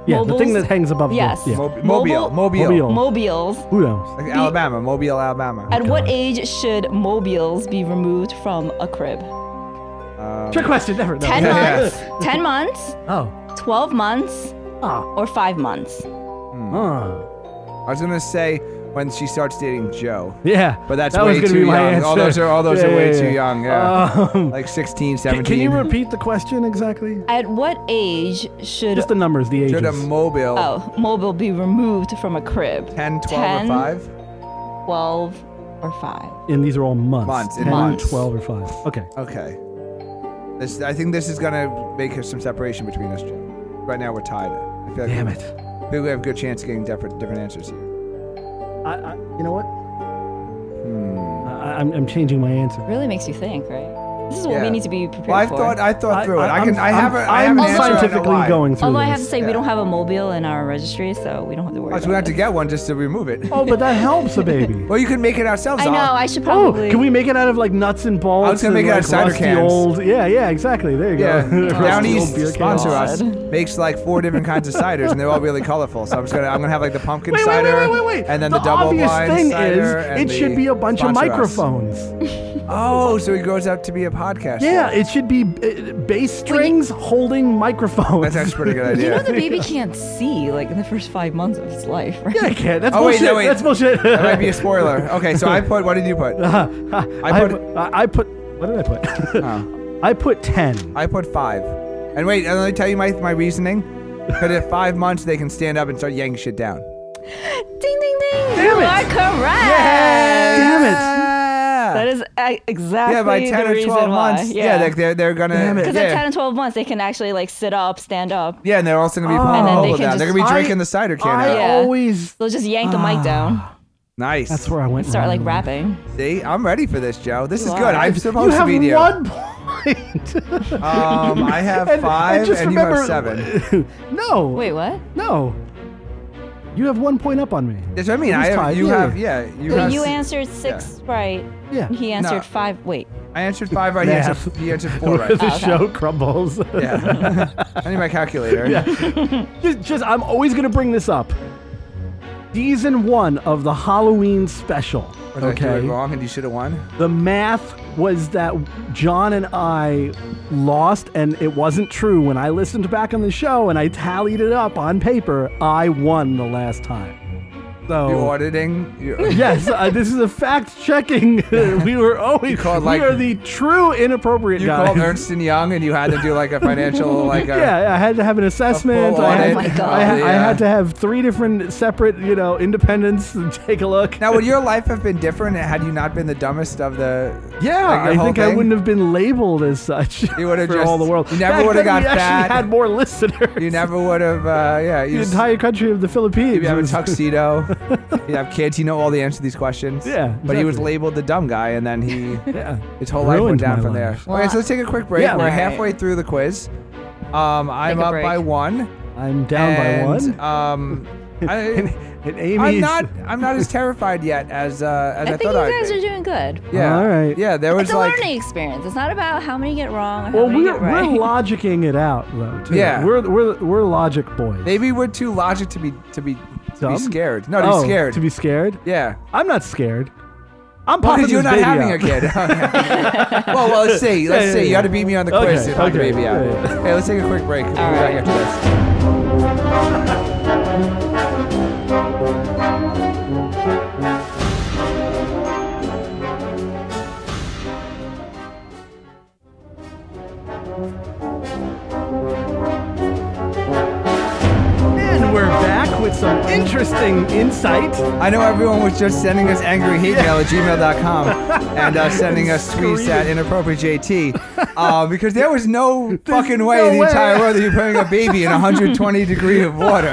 Speaker 1: Yeah, the thing
Speaker 3: Mobiles?
Speaker 1: that hangs above. the-
Speaker 3: Yes.
Speaker 1: yeah.
Speaker 2: Mo- Mobile,
Speaker 3: Mobile-
Speaker 2: mobile,
Speaker 1: Mobile.
Speaker 3: mobiles?
Speaker 2: Oh,
Speaker 1: Who knows?
Speaker 2: Like Alabama, Mobile, Alabama.
Speaker 3: At what
Speaker 1: God.
Speaker 3: age should mobiles be removed from a crib?
Speaker 2: Um,
Speaker 1: Trick question. Never. know.
Speaker 3: Ten
Speaker 2: Yeah.
Speaker 3: months, ten months,
Speaker 1: Oh.
Speaker 3: twelve months,
Speaker 1: Ah.
Speaker 3: or five months?
Speaker 2: Hmm.
Speaker 1: Huh.
Speaker 2: I was gonna say when she starts dating Joe,
Speaker 1: Yeah.
Speaker 2: but that's
Speaker 1: that
Speaker 2: way
Speaker 1: was gonna
Speaker 2: too
Speaker 1: be my
Speaker 2: young.
Speaker 1: answer.
Speaker 2: All those are all those
Speaker 1: Yeah,
Speaker 2: are way
Speaker 1: yeah,
Speaker 2: too
Speaker 1: yeah.
Speaker 2: young. Yeah,
Speaker 1: Um,
Speaker 2: like 16,
Speaker 1: can,
Speaker 2: 17.
Speaker 1: can you repeat the question exactly?
Speaker 3: At what age should
Speaker 1: Just the numbers, the ages.
Speaker 2: Should a mobile
Speaker 3: oh mobile be removed from a crib?
Speaker 2: 10, 12, or
Speaker 3: 10?
Speaker 2: five?
Speaker 3: Twelve or five?
Speaker 1: and these are all months.
Speaker 2: Months, in
Speaker 1: 10,
Speaker 2: months.
Speaker 1: 12, or 5. Okay.
Speaker 2: Okay. This I think this is gonna make her some separation between us. Joe. Right now we're tied. I feel like
Speaker 1: Damn
Speaker 2: we,
Speaker 1: it.
Speaker 2: I feel we have a good chance of getting different different answers here.
Speaker 1: I, I, you know what?
Speaker 2: Hmm.
Speaker 1: I, I'm, I'm changing my answer.
Speaker 3: Really makes you think, right? This is what
Speaker 2: Yeah.
Speaker 3: we need to be prepared
Speaker 2: Well, I
Speaker 3: for.
Speaker 2: thought I thought through it. I
Speaker 1: I'm-
Speaker 2: can. I have. A, I have
Speaker 1: I'm
Speaker 2: an answer. I know
Speaker 1: scientifically
Speaker 2: why.
Speaker 1: going through
Speaker 3: Although I
Speaker 1: this.
Speaker 3: have to say, we don't have a mobile in our registry, so we don't have to worry.
Speaker 2: Oh, so we
Speaker 3: about
Speaker 2: have to
Speaker 3: it.
Speaker 2: get one just to remove it.
Speaker 1: Oh, but that helps a baby.
Speaker 2: Well, you can make it ourselves.
Speaker 3: I know.
Speaker 2: Al.
Speaker 3: I should
Speaker 1: Oh,
Speaker 3: probably.
Speaker 1: can we make it out of like nuts and bolts?
Speaker 2: I was gonna
Speaker 1: and,
Speaker 2: make it out
Speaker 1: like,
Speaker 2: of cider
Speaker 1: rusty
Speaker 2: cans.
Speaker 1: Old, yeah, yeah, exactly. There you
Speaker 2: Yeah,
Speaker 1: go. Rusty
Speaker 2: Down
Speaker 1: old
Speaker 2: East
Speaker 1: beer cans.
Speaker 2: sponsor us.
Speaker 3: God.
Speaker 2: Makes like four different kinds of ciders, and they're all really colorful. So I'm just gonna, I'm gonna have like the pumpkin
Speaker 1: Wait, wait,
Speaker 2: cider,
Speaker 1: wait, wait, wait, wait.
Speaker 2: and then the, double
Speaker 1: obvious
Speaker 2: blind
Speaker 1: thing
Speaker 2: cider.
Speaker 1: is,
Speaker 2: and
Speaker 1: it should
Speaker 2: the-
Speaker 1: be a bunch of
Speaker 2: sponsor us.
Speaker 1: microphones.
Speaker 2: Oh, so it grows up to be a podcast.
Speaker 1: Yeah, it should be uh, bass strings holding microphones.
Speaker 2: that's actually a pretty good idea.
Speaker 3: You know, the baby can't see like in the first five months of its life, right?
Speaker 1: yeah, I can't. That's
Speaker 2: Oh, wait,
Speaker 1: bullshit.
Speaker 2: no, wait.
Speaker 1: That's bullshit.
Speaker 2: that might be a spoiler. Okay, so I put. What did you put?
Speaker 1: Uh-huh. I
Speaker 2: put-
Speaker 1: put, I I put. What did I put? I put ten.
Speaker 2: I put five. And wait, and let me tell you my my reasoning. Because at five months they can stand up and start yanking shit down.
Speaker 3: Ding ding ding!
Speaker 1: Damn
Speaker 3: you
Speaker 1: it.
Speaker 3: are correct.
Speaker 1: Damn it.
Speaker 3: That is uh, exactly
Speaker 2: yeah, by ten
Speaker 3: the
Speaker 2: or
Speaker 3: reason
Speaker 2: twelve
Speaker 3: why.
Speaker 2: months. Yeah,
Speaker 3: Yeah,
Speaker 2: like they're they're gonna.
Speaker 1: Damn it.
Speaker 3: because
Speaker 2: yeah.
Speaker 3: at ten and twelve months they can actually like sit up, stand up.
Speaker 2: Yeah, and they're also gonna be
Speaker 1: Oh.
Speaker 2: pulling
Speaker 1: And then
Speaker 2: the
Speaker 1: they
Speaker 2: hole
Speaker 3: can
Speaker 2: down. They're
Speaker 3: just-
Speaker 2: gonna be
Speaker 1: I-
Speaker 2: drinking the cider can.
Speaker 1: I
Speaker 2: out.
Speaker 3: Yeah.
Speaker 1: always.
Speaker 3: They'll just yank the
Speaker 2: Ah.
Speaker 3: mic down,
Speaker 2: Nice.
Speaker 1: That's where I went.
Speaker 3: start like
Speaker 2: Mm.
Speaker 1: wrong.
Speaker 3: rapping.
Speaker 2: See, I'm ready for this, Joe. This
Speaker 3: You
Speaker 2: is
Speaker 3: are.
Speaker 2: good. I'm
Speaker 1: You
Speaker 2: supposed to
Speaker 1: have
Speaker 2: be here.
Speaker 1: one point.
Speaker 2: Um, I have
Speaker 1: And-
Speaker 2: five, and,
Speaker 1: just
Speaker 2: you have
Speaker 1: remember-
Speaker 2: seven.
Speaker 1: no.
Speaker 3: Wait, what?
Speaker 1: No. You have one point up on me.
Speaker 2: That's what I mean.
Speaker 1: It was
Speaker 2: I have,
Speaker 1: tied.
Speaker 2: you
Speaker 1: Yeah.
Speaker 2: have, yeah, you
Speaker 3: So
Speaker 2: have.
Speaker 3: you
Speaker 2: s-
Speaker 3: answered six right.
Speaker 1: Yeah.
Speaker 3: He answered
Speaker 2: No.
Speaker 3: five. Wait,
Speaker 2: I answered five right. He answered,
Speaker 1: Math.
Speaker 2: he answered four right.
Speaker 1: the show crumbles.
Speaker 2: Yeah. I need my calculator.
Speaker 1: Yeah. just, just, I'm always going to bring this up. Season one of the Halloween special.
Speaker 2: Was I
Speaker 1: okay.
Speaker 2: doing wrong and you should have won?
Speaker 1: The math was that John and I lost, and it wasn't true. When I listened back on the show and I tallied it up on paper, I won the last time. So.
Speaker 2: You're auditing. You're,
Speaker 1: Yes, uh, this is a fact checking. we were always
Speaker 2: called,
Speaker 1: we
Speaker 2: like-
Speaker 1: are the true inappropriate
Speaker 2: you
Speaker 1: guys.
Speaker 2: called Ernst and Young and you had to do like a financial like a,
Speaker 1: yeah, I had to have an assessment.
Speaker 2: full
Speaker 1: I
Speaker 2: audit
Speaker 1: had,
Speaker 3: Oh my
Speaker 2: of
Speaker 3: God.
Speaker 1: I, ha-
Speaker 2: the,
Speaker 1: I
Speaker 2: uh,
Speaker 1: had to have three different separate, you know, independents and take a look.
Speaker 2: Now, would your life have been different had you not been the dumbest of the?
Speaker 1: yeah,
Speaker 2: like, the
Speaker 1: I
Speaker 2: whole
Speaker 1: think I
Speaker 2: thing?
Speaker 1: wouldn't have been labeled as such
Speaker 2: You would've
Speaker 1: for
Speaker 2: just-
Speaker 1: all the world.
Speaker 2: you never
Speaker 1: Back then,
Speaker 2: would've got
Speaker 1: we
Speaker 2: fat.
Speaker 1: actually had more listeners.
Speaker 2: You never would have. Uh, yeah, you
Speaker 1: the
Speaker 2: s-
Speaker 1: entire country of the Philippines.
Speaker 2: You have a
Speaker 1: was-
Speaker 2: tuxedo. you have kids. You know all the answers to these questions.
Speaker 1: Yeah,
Speaker 2: But he was
Speaker 1: exactly.
Speaker 2: labeled the dumb guy, and then he
Speaker 1: Yeah.
Speaker 2: his whole life
Speaker 1: Ruined
Speaker 2: went down
Speaker 1: my
Speaker 2: from
Speaker 1: life.
Speaker 2: there. All right, so let's take a quick break.
Speaker 1: Yeah.
Speaker 2: We're
Speaker 1: All right.
Speaker 2: halfway through the quiz. Um, I'm
Speaker 4: a
Speaker 2: up
Speaker 4: break.
Speaker 2: by one.
Speaker 1: I'm down
Speaker 2: and,
Speaker 1: by one.
Speaker 2: Um,
Speaker 1: and,
Speaker 2: I,
Speaker 1: and Amy's.
Speaker 2: I'm not. I'm not as terrified yet as uh, as I,
Speaker 3: I think
Speaker 2: thought
Speaker 3: you guys
Speaker 2: I'd be.
Speaker 3: are doing good.
Speaker 2: Yeah.
Speaker 1: All right.
Speaker 2: Yeah. There was
Speaker 3: It's a
Speaker 2: like.
Speaker 3: learning experience. It's not about how many get wrong or how
Speaker 1: Well,
Speaker 3: many
Speaker 1: we're,
Speaker 3: get right.
Speaker 1: we're logicking it out, though. Too.
Speaker 2: Yeah.
Speaker 1: We're, we're, we're logic boys.
Speaker 2: Maybe we're too logic to be to be to
Speaker 1: Dumb?
Speaker 2: be scared. No, to
Speaker 1: oh,
Speaker 2: be scared.
Speaker 1: To be scared?
Speaker 2: yeah.
Speaker 1: I'm not scared. I'm popping
Speaker 2: Well, because you're
Speaker 1: this
Speaker 2: not
Speaker 1: baby
Speaker 2: having
Speaker 1: out.
Speaker 2: a kid. Okay. well, well, let's see. Let's
Speaker 1: yeah,
Speaker 2: see. You
Speaker 1: yeah.
Speaker 2: got to beat me on the
Speaker 1: Okay,
Speaker 2: quiz to pop the
Speaker 1: okay.
Speaker 2: baby out.
Speaker 1: Yeah, yeah.
Speaker 2: Hey, let's take a quick break. We'll be back
Speaker 3: right.
Speaker 2: after this.
Speaker 1: And we're back with some interesting insight.
Speaker 2: I know everyone was just sending us angry hate mail at gmail.com and uh, sending us tweets at
Speaker 1: Screaming.
Speaker 2: inappropriate JT uh, because there was no fucking way
Speaker 1: no
Speaker 2: in the
Speaker 1: way.
Speaker 2: entire world that you're putting a baby in 120 degree of water.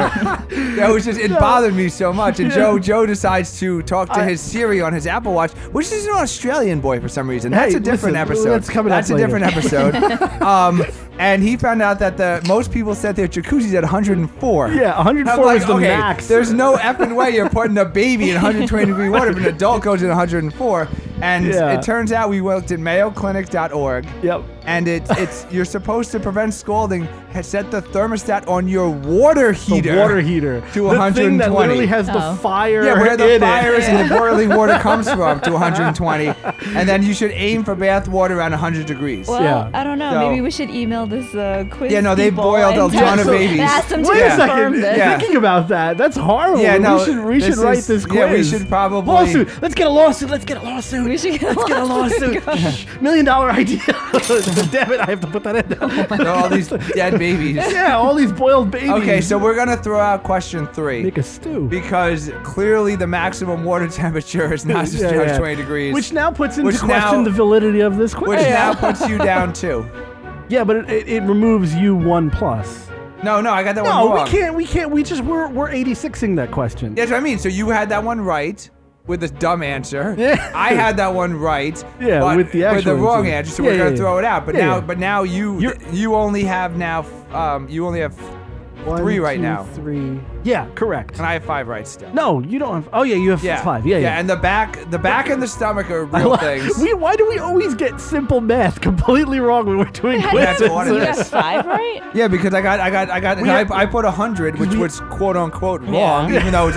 Speaker 2: That was just it bothered me so much. And Joe Joe decides to talk to
Speaker 1: I-
Speaker 2: his Siri on his Apple Watch, which is an Australian boy for some reason. That's
Speaker 1: Hey,
Speaker 2: a different
Speaker 1: listen,
Speaker 2: episode.
Speaker 1: that's coming up
Speaker 2: That's a
Speaker 1: later.
Speaker 2: different episode. um, and he found out that the most people set their jacuzzis at 104.
Speaker 1: Yeah, 104
Speaker 2: I'm like,
Speaker 1: is the
Speaker 2: okay,
Speaker 1: max.
Speaker 2: There's no effing way you're putting a baby in 120 degree water, but an adult goes in 104. And
Speaker 1: Yeah.
Speaker 2: it turns out we looked at MayoClinic.org.
Speaker 1: Yep.
Speaker 2: And it's it's you're supposed to prevent scalding. ha- Set the thermostat on your water
Speaker 1: The
Speaker 2: heater.
Speaker 1: water heater.
Speaker 2: To
Speaker 1: The thing that
Speaker 2: 120.
Speaker 1: literally has the
Speaker 4: Oh.
Speaker 1: fire
Speaker 2: Yeah, where the
Speaker 1: in
Speaker 2: fire
Speaker 1: it.
Speaker 2: is and the boiling water comes from to 120, and then you should aim for bath water around 100 degrees.
Speaker 3: Well,
Speaker 1: Yeah.
Speaker 3: I don't know.
Speaker 2: So-
Speaker 3: Maybe we should email this uh, quiz.
Speaker 2: Yeah, no, they
Speaker 3: people
Speaker 2: boiled
Speaker 3: and
Speaker 2: a
Speaker 3: tell
Speaker 2: ton of
Speaker 3: them-
Speaker 2: babies.
Speaker 3: Ask them to
Speaker 1: Wait a
Speaker 3: confirm
Speaker 1: second.
Speaker 3: this.
Speaker 2: Yeah.
Speaker 1: Thinking about that, that's horrible.
Speaker 2: Yeah, no,
Speaker 1: we should we
Speaker 2: this
Speaker 1: should write
Speaker 2: is-
Speaker 1: this quiz.
Speaker 2: yeah, we should probably-
Speaker 1: lawsuit. Let's get a lawsuit. Let's get a lawsuit.
Speaker 3: We should get a
Speaker 1: Let's get a lawsuit.
Speaker 3: lawsuit.
Speaker 1: Shh, Million dollar idea. Damn it! I have to put that in.
Speaker 2: So all these dead babies.
Speaker 1: yeah, all these boiled babies.
Speaker 2: Okay, so we're gonna throw out question three.
Speaker 1: make a stew.
Speaker 2: because clearly the maximum water temperature is not just
Speaker 1: Yeah, yeah.
Speaker 2: 120 degrees.
Speaker 1: Which now puts into
Speaker 2: Which
Speaker 1: question
Speaker 2: now-
Speaker 1: the validity of this
Speaker 2: which
Speaker 1: question.
Speaker 2: now puts you down two.
Speaker 1: Yeah, but it, it, it removes you one plus.
Speaker 2: No, Oh, no, I got that
Speaker 1: No,
Speaker 2: one wrong.
Speaker 1: we can't. We can't. We just we're we're eighty sixing that question.
Speaker 2: That's what I mean. So you had that one right with the dumb answer.
Speaker 1: Yeah.
Speaker 2: I had that one right.
Speaker 1: Yeah,
Speaker 2: but
Speaker 1: with the actual
Speaker 2: wrong
Speaker 1: answer.
Speaker 2: answer. So
Speaker 1: Yeah,
Speaker 2: we're
Speaker 1: yeah,
Speaker 2: gonna
Speaker 1: yeah.
Speaker 2: throw it out. But
Speaker 1: Yeah,
Speaker 2: now,
Speaker 1: yeah.
Speaker 2: but now you
Speaker 1: You're-
Speaker 2: you only have now f- um you only have and
Speaker 1: One,
Speaker 2: three right
Speaker 1: two,
Speaker 2: now.
Speaker 1: Three. Yeah, correct.
Speaker 2: I have five right still.
Speaker 1: No, you don't have. Oh yeah, you have
Speaker 2: Yeah.
Speaker 1: five. Yeah, yeah.
Speaker 2: And the back, the back and the stomach are
Speaker 1: I
Speaker 2: real
Speaker 1: love-
Speaker 2: things.
Speaker 1: We, why do we always get simple math completely wrong when we're doing
Speaker 3: How
Speaker 1: quizzes?
Speaker 3: do you,
Speaker 2: what
Speaker 3: you
Speaker 2: it
Speaker 3: got
Speaker 2: is.
Speaker 3: five right?
Speaker 2: Yeah, because I got, I got, I got, I,
Speaker 1: have-
Speaker 2: I put 100, which
Speaker 1: we-
Speaker 2: was quote unquote wrong, even though it's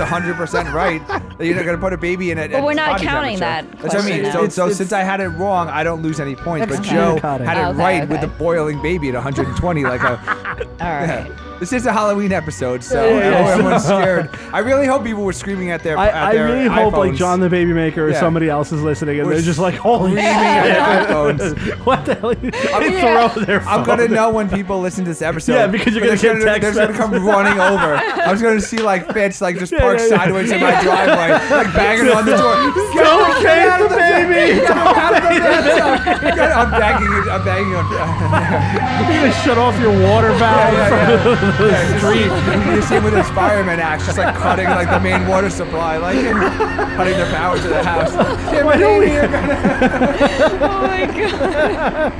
Speaker 2: 100% right. that You're not going to put a baby in it.
Speaker 3: But
Speaker 2: at
Speaker 3: we're not
Speaker 2: body
Speaker 3: counting
Speaker 2: temperature.
Speaker 3: that
Speaker 2: That's what I mean.
Speaker 3: question
Speaker 2: So,
Speaker 1: now.
Speaker 2: so
Speaker 1: It's-
Speaker 2: since I had it wrong, I don't lose any points. But
Speaker 1: Okay.
Speaker 2: Joe had
Speaker 1: Okay.
Speaker 2: it
Speaker 3: Okay,
Speaker 2: right with the
Speaker 3: okay.
Speaker 2: boiling baby at 120. like a,
Speaker 3: All right.
Speaker 2: This is a Halloween episode, so
Speaker 1: Yeah, yeah, yeah.
Speaker 2: everyone's scared. I really hope people were screaming at their
Speaker 1: I,
Speaker 2: at
Speaker 1: I
Speaker 2: their
Speaker 1: really hope like
Speaker 2: iPhones.
Speaker 1: John the Baby Maker or
Speaker 2: Yeah.
Speaker 1: somebody else is listening and
Speaker 2: We're
Speaker 1: they're just like, holy
Speaker 2: screaming at their iPhones.
Speaker 1: shit. What the hell? They
Speaker 3: Yeah.
Speaker 1: throw their
Speaker 2: I'm gonna
Speaker 1: phone.
Speaker 2: know when people listen to this episode.
Speaker 1: Yeah, because you're
Speaker 2: They're
Speaker 1: gonna get text
Speaker 2: They're just gonna come running over. I was gonna see like Fitz like just parked
Speaker 1: yeah, yeah.
Speaker 2: sideways in my driveway, like banging on the door. Get
Speaker 1: Don't
Speaker 2: get
Speaker 1: bathe
Speaker 2: out of
Speaker 1: the baby!
Speaker 2: Get out of the bathtub. Get- I'm banging. it- I'm banging on.
Speaker 1: You're gonna shut off your water valve.
Speaker 2: yeah,
Speaker 1: from-
Speaker 2: yeah. yeah, just- You can just see him with his fireman axe, just like cutting like the main water supply, like and cutting the power to the house. Damn
Speaker 1: Why don't
Speaker 2: baby,
Speaker 1: we-
Speaker 2: you're gonna-
Speaker 3: Oh my god.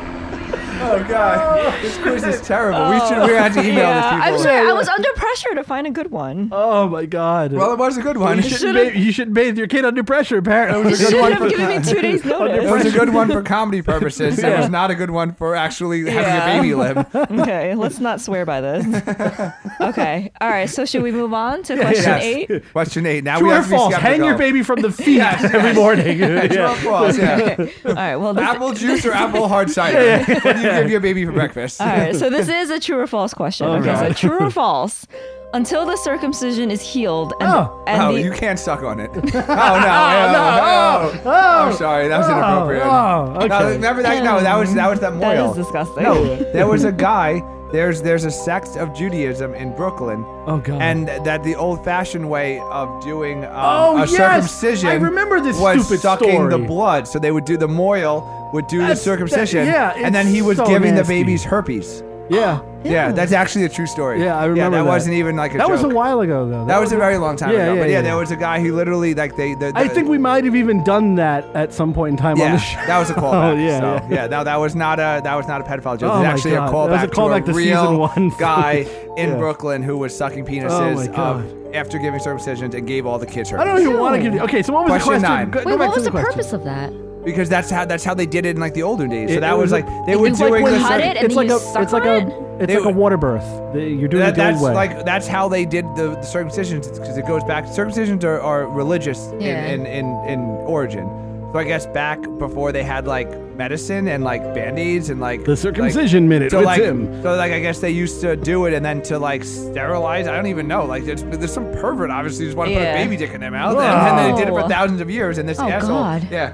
Speaker 2: Oh god, this quiz is terrible. We should we had to email
Speaker 3: Oh, yeah, I'm
Speaker 2: these people.
Speaker 3: sorry. I was under pressure to find a good one.
Speaker 1: Oh my god.
Speaker 2: Well, it was a good one.
Speaker 1: you shouldn't, bathe, you shouldn't bathe your kid under pressure, apparently.
Speaker 3: you
Speaker 2: was a good
Speaker 3: should
Speaker 2: one
Speaker 3: have
Speaker 2: for-
Speaker 3: given me two days
Speaker 2: It
Speaker 3: notice.
Speaker 2: was a good one for comedy purposes. It was not a good one for actually having
Speaker 3: Yeah.
Speaker 2: a baby lip.
Speaker 3: okay, let's not swear by this. Okay, all right. So should we move on to question
Speaker 2: yes.
Speaker 3: eight?
Speaker 2: Question eight. Now
Speaker 1: True
Speaker 2: we
Speaker 1: or
Speaker 2: have to be
Speaker 1: false? Hang your
Speaker 2: skeptical.
Speaker 1: baby from the feet every morning.
Speaker 2: True or
Speaker 1: Yeah.
Speaker 2: false? Yeah.
Speaker 3: All right. Well, this,
Speaker 2: apple juice or apple hard cider? What do you give your baby for breakfast?
Speaker 3: All right, so this is a true or false question. okay, so
Speaker 1: Oh, God.
Speaker 3: true or false? Until the circumcision is healed and,
Speaker 1: Oh.
Speaker 3: and
Speaker 2: Oh,
Speaker 3: the
Speaker 2: you can't suck on it. Oh no! oh, no!
Speaker 1: Oh,
Speaker 2: I'm sorry, that was inappropriate.
Speaker 1: oh, okay.
Speaker 2: No, remember that? No, that was that was that
Speaker 3: that
Speaker 2: moil.
Speaker 3: is disgusting.
Speaker 2: No, there was a guy. There's there's a sect of Judaism in Brooklyn,
Speaker 1: Oh, God.
Speaker 2: and that the old-fashioned way of doing um,
Speaker 1: Oh,
Speaker 2: a
Speaker 1: yes!
Speaker 2: circumcision.
Speaker 1: I remember this
Speaker 2: was
Speaker 1: stupid
Speaker 2: sucking the
Speaker 1: story.
Speaker 2: blood. So they would do the moil, would do
Speaker 1: That's-
Speaker 2: the circumcision,
Speaker 1: that- yeah,
Speaker 2: and then
Speaker 1: it's
Speaker 2: he was
Speaker 1: so
Speaker 2: giving the
Speaker 1: nasty.
Speaker 2: babies herpes.
Speaker 1: yeah.
Speaker 2: Yeah, that's actually a true story.
Speaker 1: Yeah, I remember
Speaker 2: that,
Speaker 1: that.
Speaker 2: wasn't even like a
Speaker 1: That
Speaker 2: joke.
Speaker 1: was a while ago, though.
Speaker 2: That was a very long time
Speaker 1: Yeah,
Speaker 2: ago.
Speaker 1: yeah,
Speaker 2: but yeah,
Speaker 1: yeah.
Speaker 2: there was a guy who literally like they. The,
Speaker 1: I think we might have even done that at some point in time on
Speaker 2: Yeah,
Speaker 1: the show.
Speaker 2: that was a callback.
Speaker 1: Oh, yeah,
Speaker 2: so,
Speaker 1: yeah.
Speaker 2: yeah. Now that was not a that was not a pedophile joke.
Speaker 1: Oh
Speaker 2: it was
Speaker 1: my
Speaker 2: actually a
Speaker 1: God,
Speaker 2: callback,
Speaker 1: that was a callback
Speaker 2: to
Speaker 1: to
Speaker 2: a real
Speaker 1: season one.
Speaker 2: guy in
Speaker 1: Yeah. Oh
Speaker 2: Brooklyn who was sucking penises
Speaker 1: my God.
Speaker 2: of, after giving circumcisions and gave all the kids herpes.
Speaker 1: I don't even want to give you. Okay, so what was
Speaker 2: Question
Speaker 1: the question?
Speaker 2: nine.
Speaker 1: Go, go
Speaker 5: Wait,
Speaker 1: back
Speaker 5: what
Speaker 1: to
Speaker 5: was the,
Speaker 1: question.
Speaker 5: purpose of that?
Speaker 2: because that's how that's how they did it in like the older days. So
Speaker 1: It- it
Speaker 2: that
Speaker 1: was
Speaker 2: was,
Speaker 1: a-
Speaker 2: like they were
Speaker 5: you, like,
Speaker 2: doing
Speaker 5: would
Speaker 2: the
Speaker 5: cut
Speaker 2: circum-
Speaker 5: it and
Speaker 1: It's
Speaker 5: then
Speaker 1: like
Speaker 5: you
Speaker 1: a. It's
Speaker 5: suck
Speaker 1: like
Speaker 5: on
Speaker 1: a. It's
Speaker 2: They
Speaker 1: like a
Speaker 2: would-
Speaker 1: water birth. They- You're doing
Speaker 2: That,
Speaker 1: it the
Speaker 2: that's
Speaker 1: old way.
Speaker 2: like that's how they did the, the circumcisions because it goes back. Circumcisions are, are religious
Speaker 5: Yeah.
Speaker 2: in, in, in, in origin. So I guess back before they had like medicine and like band aids and like
Speaker 1: the
Speaker 2: like-
Speaker 1: circumcision minute
Speaker 2: so
Speaker 1: with
Speaker 2: like
Speaker 1: Tim.
Speaker 2: so like I guess they used to do it and then to like sterilize. I don't even know. Like there's, there's some pervert obviously just want to
Speaker 3: Yeah.
Speaker 2: put a baby dick in their mouth and, and they did it for
Speaker 3: Whoa.
Speaker 2: thousands of years. And this
Speaker 5: Oh,
Speaker 2: asshole,
Speaker 5: God.
Speaker 2: yeah,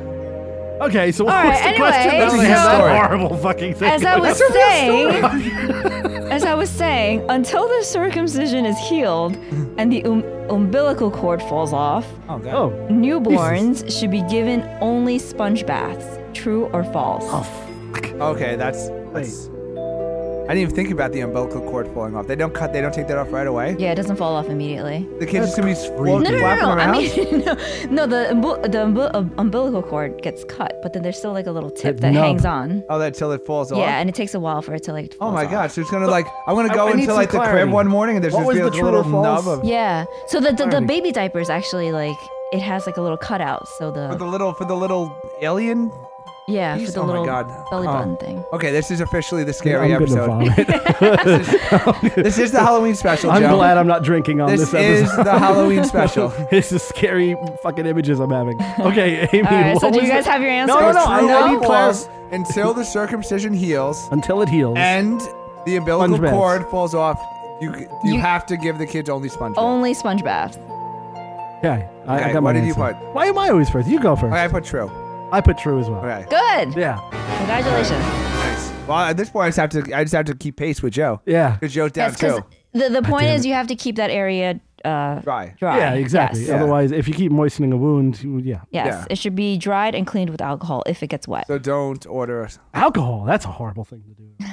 Speaker 1: Okay, so what
Speaker 5: All
Speaker 1: was
Speaker 5: right,
Speaker 1: the question?
Speaker 5: anyway,
Speaker 1: That was
Speaker 2: so-
Speaker 1: that horrible fucking thing.
Speaker 3: As I was saying, as I was saying, until the circumcision is healed and the um, umbilical cord falls off,
Speaker 2: oh god,
Speaker 1: Oh.
Speaker 3: newborns should be given only sponge baths. True or false?
Speaker 1: Oh, fuck.
Speaker 2: okay, that's that's. I didn't even think about the umbilical cord falling off. They don't cut. They don't take that off right away.
Speaker 5: Yeah, it doesn't fall off immediately.
Speaker 2: The kids just gonna be
Speaker 5: No,
Speaker 2: flapping
Speaker 5: no, no, no.
Speaker 2: around.
Speaker 5: I mean, no, no the, umbil- the umbil- um, umbilical cord gets cut, but then there's still like a little tip
Speaker 1: That
Speaker 5: that
Speaker 1: nub.
Speaker 5: hangs on.
Speaker 2: oh, that till it falls off.
Speaker 5: Yeah, and it takes a while for it to like.
Speaker 2: Oh
Speaker 5: falls
Speaker 2: my
Speaker 5: off.
Speaker 2: gosh, so it's gonna like I'm gonna
Speaker 1: I-
Speaker 2: go
Speaker 1: I need
Speaker 2: into
Speaker 1: some
Speaker 2: like the crib
Speaker 1: clarity.
Speaker 2: one morning and there's
Speaker 1: What
Speaker 2: just
Speaker 1: was
Speaker 2: be
Speaker 1: the
Speaker 2: like a
Speaker 1: true or
Speaker 2: little
Speaker 1: false?
Speaker 2: nub of
Speaker 5: Yeah. So the, the, the
Speaker 2: Alrighty.
Speaker 5: baby diaper is actually like it has like a little cutout. So
Speaker 2: for
Speaker 5: the,
Speaker 2: the little for the little alien.
Speaker 5: yeah for
Speaker 2: Jeez,
Speaker 5: the
Speaker 2: oh my
Speaker 5: little
Speaker 2: God.
Speaker 5: belly
Speaker 2: Oh.
Speaker 5: button thing.
Speaker 2: Okay, this is officially the
Speaker 1: I'm
Speaker 2: scary
Speaker 1: gonna
Speaker 2: episode.
Speaker 1: vomit.
Speaker 2: This is the Halloween special,
Speaker 1: I'm
Speaker 2: Joe.
Speaker 1: glad I'm not drinking on
Speaker 2: This
Speaker 1: this,
Speaker 2: is
Speaker 1: episode.
Speaker 2: the Halloween special.
Speaker 1: this is scary fucking images I'm having. Okay, Amy.
Speaker 3: All right,
Speaker 1: what
Speaker 3: so do
Speaker 1: was
Speaker 3: you guys
Speaker 1: the-
Speaker 3: have your answer?
Speaker 1: No, no, no.
Speaker 2: True
Speaker 1: I,
Speaker 2: or
Speaker 1: I need
Speaker 2: false
Speaker 1: clarity.
Speaker 2: until the circumcision heals
Speaker 1: Until it heals.
Speaker 2: and the umbilical
Speaker 1: Sponge baths.
Speaker 2: cord falls off. You you,
Speaker 3: You-
Speaker 2: have to give the kids only sponge. baths.
Speaker 3: Only sponge baths.
Speaker 1: okay, I, I
Speaker 2: Okay,
Speaker 1: got
Speaker 2: what
Speaker 1: my
Speaker 2: did you
Speaker 1: answer.
Speaker 2: put?
Speaker 1: Why am I always first? You go first.
Speaker 2: Okay, I put true.
Speaker 1: I put true as well.
Speaker 2: Okay.
Speaker 3: Good.
Speaker 1: Yeah,
Speaker 3: Congratulations.
Speaker 2: Nice. Well, at this point, I just have to I just have to keep pace with Joe.
Speaker 1: yeah,
Speaker 2: Because Joe's down
Speaker 3: Yes,
Speaker 2: too.
Speaker 3: because the, the point
Speaker 1: damn
Speaker 3: is you have to keep that area uh,
Speaker 2: Dry.
Speaker 3: dry.
Speaker 1: yeah. Exactly.
Speaker 3: Yes.
Speaker 2: Yeah.
Speaker 1: Otherwise, if you keep moistening a wound, you, yeah.
Speaker 3: Yes,
Speaker 2: Yeah.
Speaker 3: it should be dried and cleaned with alcohol if it gets wet.
Speaker 2: So don't order. us.
Speaker 1: Alcohol. That's a horrible thing to do.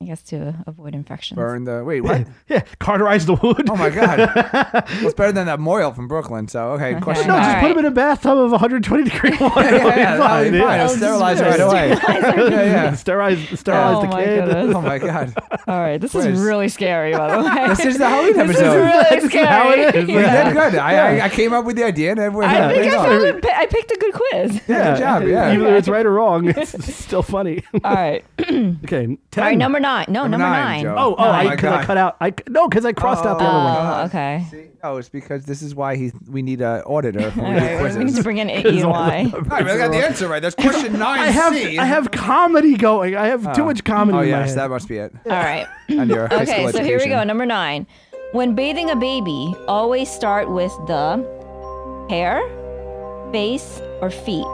Speaker 3: I guess to avoid infections.
Speaker 2: Burn the wait. What?
Speaker 1: yeah, carterize the wound.
Speaker 2: Oh my god. well, it's better than that Moyle from Brooklyn. So okay, question.
Speaker 1: No,
Speaker 3: All
Speaker 1: just
Speaker 2: nine.
Speaker 1: put
Speaker 3: right.
Speaker 1: him in a bathtub of 120 degree water.
Speaker 2: yeah, yeah, that'll be
Speaker 1: It'll be
Speaker 2: fine. I'll sterilize it right away. yeah, yeah.
Speaker 1: Sterilize, sterilize
Speaker 3: Oh
Speaker 1: the
Speaker 3: my
Speaker 1: kid.
Speaker 3: goodness.
Speaker 2: Oh my god.
Speaker 3: All right, this
Speaker 2: Quiz.
Speaker 3: is really scary, by the way.
Speaker 2: This is the Halloween
Speaker 3: This is
Speaker 2: episode.
Speaker 3: really
Speaker 1: This is
Speaker 3: scary.
Speaker 1: how it is.
Speaker 2: We
Speaker 1: Yeah.
Speaker 2: did good. I, I, I came up with the idea and everyone.
Speaker 3: I
Speaker 2: had
Speaker 3: think
Speaker 2: it
Speaker 3: I,
Speaker 2: on.
Speaker 3: found a, pi- I picked a good quiz.
Speaker 2: Yeah, good job. Yeah.
Speaker 1: Either it's right or wrong, it's still funny.
Speaker 3: All right.
Speaker 1: okay, ten.
Speaker 3: All right, number nine. No, number, nine.
Speaker 2: Joe.
Speaker 1: Oh, oh,
Speaker 2: my
Speaker 1: I, because I
Speaker 2: God.
Speaker 1: cut out. I no, because I crossed out the other one.
Speaker 3: Oh, okay.
Speaker 2: See, no, it's because this is why he, we need an auditor when
Speaker 3: All
Speaker 2: we do
Speaker 3: right, we need to
Speaker 2: quizzes.
Speaker 3: bring in EY.
Speaker 2: All right, but I got the answer right. That's question nine.
Speaker 1: I have I have comedy going. I have too much comedy.
Speaker 2: Oh
Speaker 1: in my
Speaker 2: yes,
Speaker 1: head.
Speaker 2: that must be it.
Speaker 3: All right.
Speaker 2: And your high
Speaker 3: Okay,
Speaker 2: school
Speaker 3: so here we
Speaker 2: education.
Speaker 3: go. Number nine. When bathing a baby, always start with the hair, face, or feet.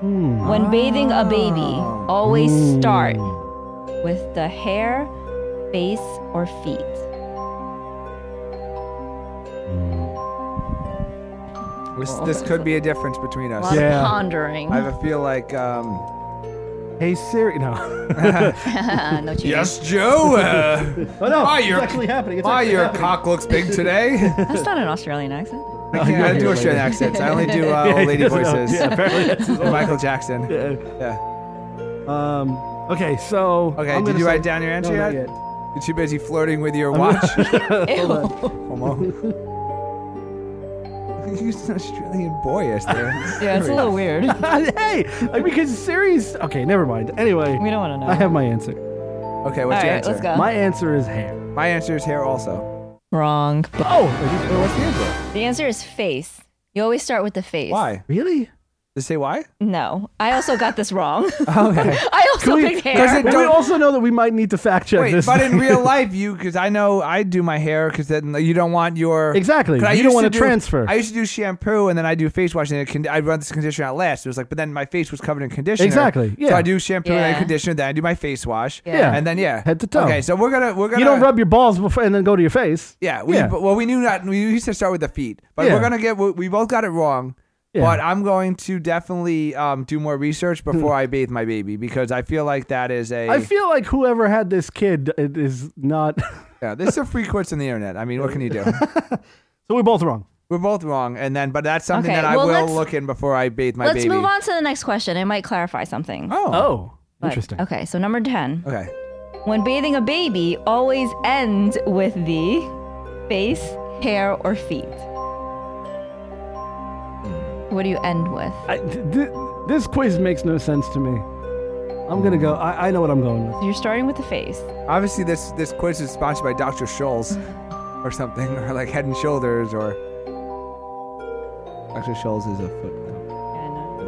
Speaker 2: Hmm.
Speaker 3: When bathing a baby,
Speaker 2: Ah.
Speaker 3: always start with the hair, face, or feet.
Speaker 2: This, this could be a difference between us.
Speaker 3: A lot
Speaker 1: Yeah.
Speaker 3: of pondering.
Speaker 2: I have a feel like. Um,
Speaker 1: Hey Siri, no.
Speaker 3: Uh, no cheating.
Speaker 2: Joe. Uh,
Speaker 1: Oh no,
Speaker 2: Why
Speaker 1: it's
Speaker 2: your-
Speaker 1: actually happening. It's
Speaker 2: why
Speaker 1: actually
Speaker 2: your
Speaker 1: happening.
Speaker 2: cock looks big today?
Speaker 3: That's not an Australian accent.
Speaker 2: I can't I don't do Australian accents. I only do uh, old lady
Speaker 1: Yeah, no,
Speaker 2: voices.
Speaker 1: Yeah, apparently that's his
Speaker 2: Michael Jackson.
Speaker 1: own-
Speaker 2: Yeah.
Speaker 1: Um, okay, so.
Speaker 2: Okay,
Speaker 1: I'm
Speaker 2: did
Speaker 1: gonna
Speaker 2: you
Speaker 1: say-
Speaker 2: write down your answer
Speaker 1: No, not
Speaker 2: yet? You're too busy flirting with your watch.
Speaker 1: Hold on.
Speaker 2: Homo. You're an Australian boy, Esther.
Speaker 3: Yeah, it's a little weird.
Speaker 1: hey, like, because series. Okay, never mind. Anyway,
Speaker 3: We don't want to
Speaker 1: I
Speaker 3: know.
Speaker 1: have my answer.
Speaker 2: Okay, what's
Speaker 3: All
Speaker 2: your
Speaker 3: right,
Speaker 2: answer?
Speaker 3: let's go.
Speaker 1: My answer is hair.
Speaker 2: My answer is hair also.
Speaker 3: Wrong.
Speaker 1: Oh,
Speaker 2: Well, what's the answer?
Speaker 3: The answer is face. You always start with the face.
Speaker 2: Why?
Speaker 1: really?
Speaker 2: Does it say why?
Speaker 3: No. I also got this wrong.
Speaker 2: Okay.
Speaker 3: I also
Speaker 1: we-
Speaker 3: picked
Speaker 2: Does
Speaker 3: hair.
Speaker 2: it
Speaker 1: But we
Speaker 2: don't-
Speaker 1: also know that we might need to fact check
Speaker 2: Wait,
Speaker 1: this.
Speaker 2: but in
Speaker 1: thing.
Speaker 2: real life, you because I know I do my hair because then you don't want your
Speaker 1: Exactly.
Speaker 2: 'Cause I
Speaker 1: You don't
Speaker 2: used
Speaker 1: wanna
Speaker 2: do-
Speaker 1: transfer.
Speaker 2: I used to do shampoo and then I do face wash and it can, I run this conditioner out last. It was like, but then my face was covered in conditioner.
Speaker 1: Exactly, yeah.
Speaker 2: So I do shampoo and
Speaker 3: Yeah.
Speaker 2: then conditioner, then I do my face wash.
Speaker 1: Yeah.
Speaker 2: And then yeah,
Speaker 1: Head to toe.
Speaker 2: Okay, so we're gonna we're gonna
Speaker 1: you don't rub your balls before and then go to your face.
Speaker 2: Yeah, we
Speaker 1: Yeah.
Speaker 2: but- well we knew not we used to start with the feet, but
Speaker 1: Yeah.
Speaker 2: we're gonna get we, we both got it wrong.
Speaker 1: Yeah.
Speaker 2: But I'm going to definitely um, do more research before I bathe my baby because I feel like that is a
Speaker 1: Hmm. I feel like whoever had this kid it is not.
Speaker 2: yeah. This is a free course on the internet. I mean, what can you do?
Speaker 1: so we're both wrong.
Speaker 2: We're both wrong, and then but that's something
Speaker 3: Okay,
Speaker 2: that I
Speaker 3: well,
Speaker 2: will
Speaker 3: let's-
Speaker 2: look in before I bathe my
Speaker 3: Let's
Speaker 2: baby.
Speaker 3: move on to the next question. It might clarify something.
Speaker 2: Oh.
Speaker 1: Oh,
Speaker 3: But-
Speaker 1: interesting.
Speaker 3: Okay, so number 10.
Speaker 1: Oh.
Speaker 2: Okay.
Speaker 3: When bathing a baby, always end with the face, hair, or feet.
Speaker 2: Hmm.
Speaker 3: What do you end with?
Speaker 1: I, th- th- this quiz makes no sense to me. I'm gonna go. I, I know what I'm going with.
Speaker 3: You're starting with the face.
Speaker 2: Obviously, this this quiz is sponsored by Dr. Scholl's or something, or like Head and Shoulders, or Dr. Scholl's is a foot.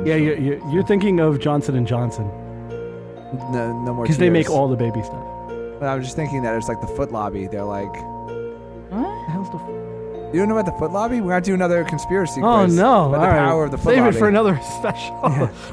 Speaker 1: Yeah, you're, you're, you're thinking of Johnson and Johnson
Speaker 2: No, no more.
Speaker 1: because they make
Speaker 2: tears.
Speaker 1: all the baby stuff.
Speaker 2: But I'm just thinking that it's like the Foot Lobby. They're like, you
Speaker 1: The hell's the f-
Speaker 2: don't know about the Foot Lobby? We're gonna do another conspiracy
Speaker 1: oh
Speaker 2: quiz.
Speaker 1: no!
Speaker 2: About the
Speaker 1: all right.
Speaker 2: power of the Foot
Speaker 1: Save
Speaker 2: Lobby.
Speaker 1: it for another special.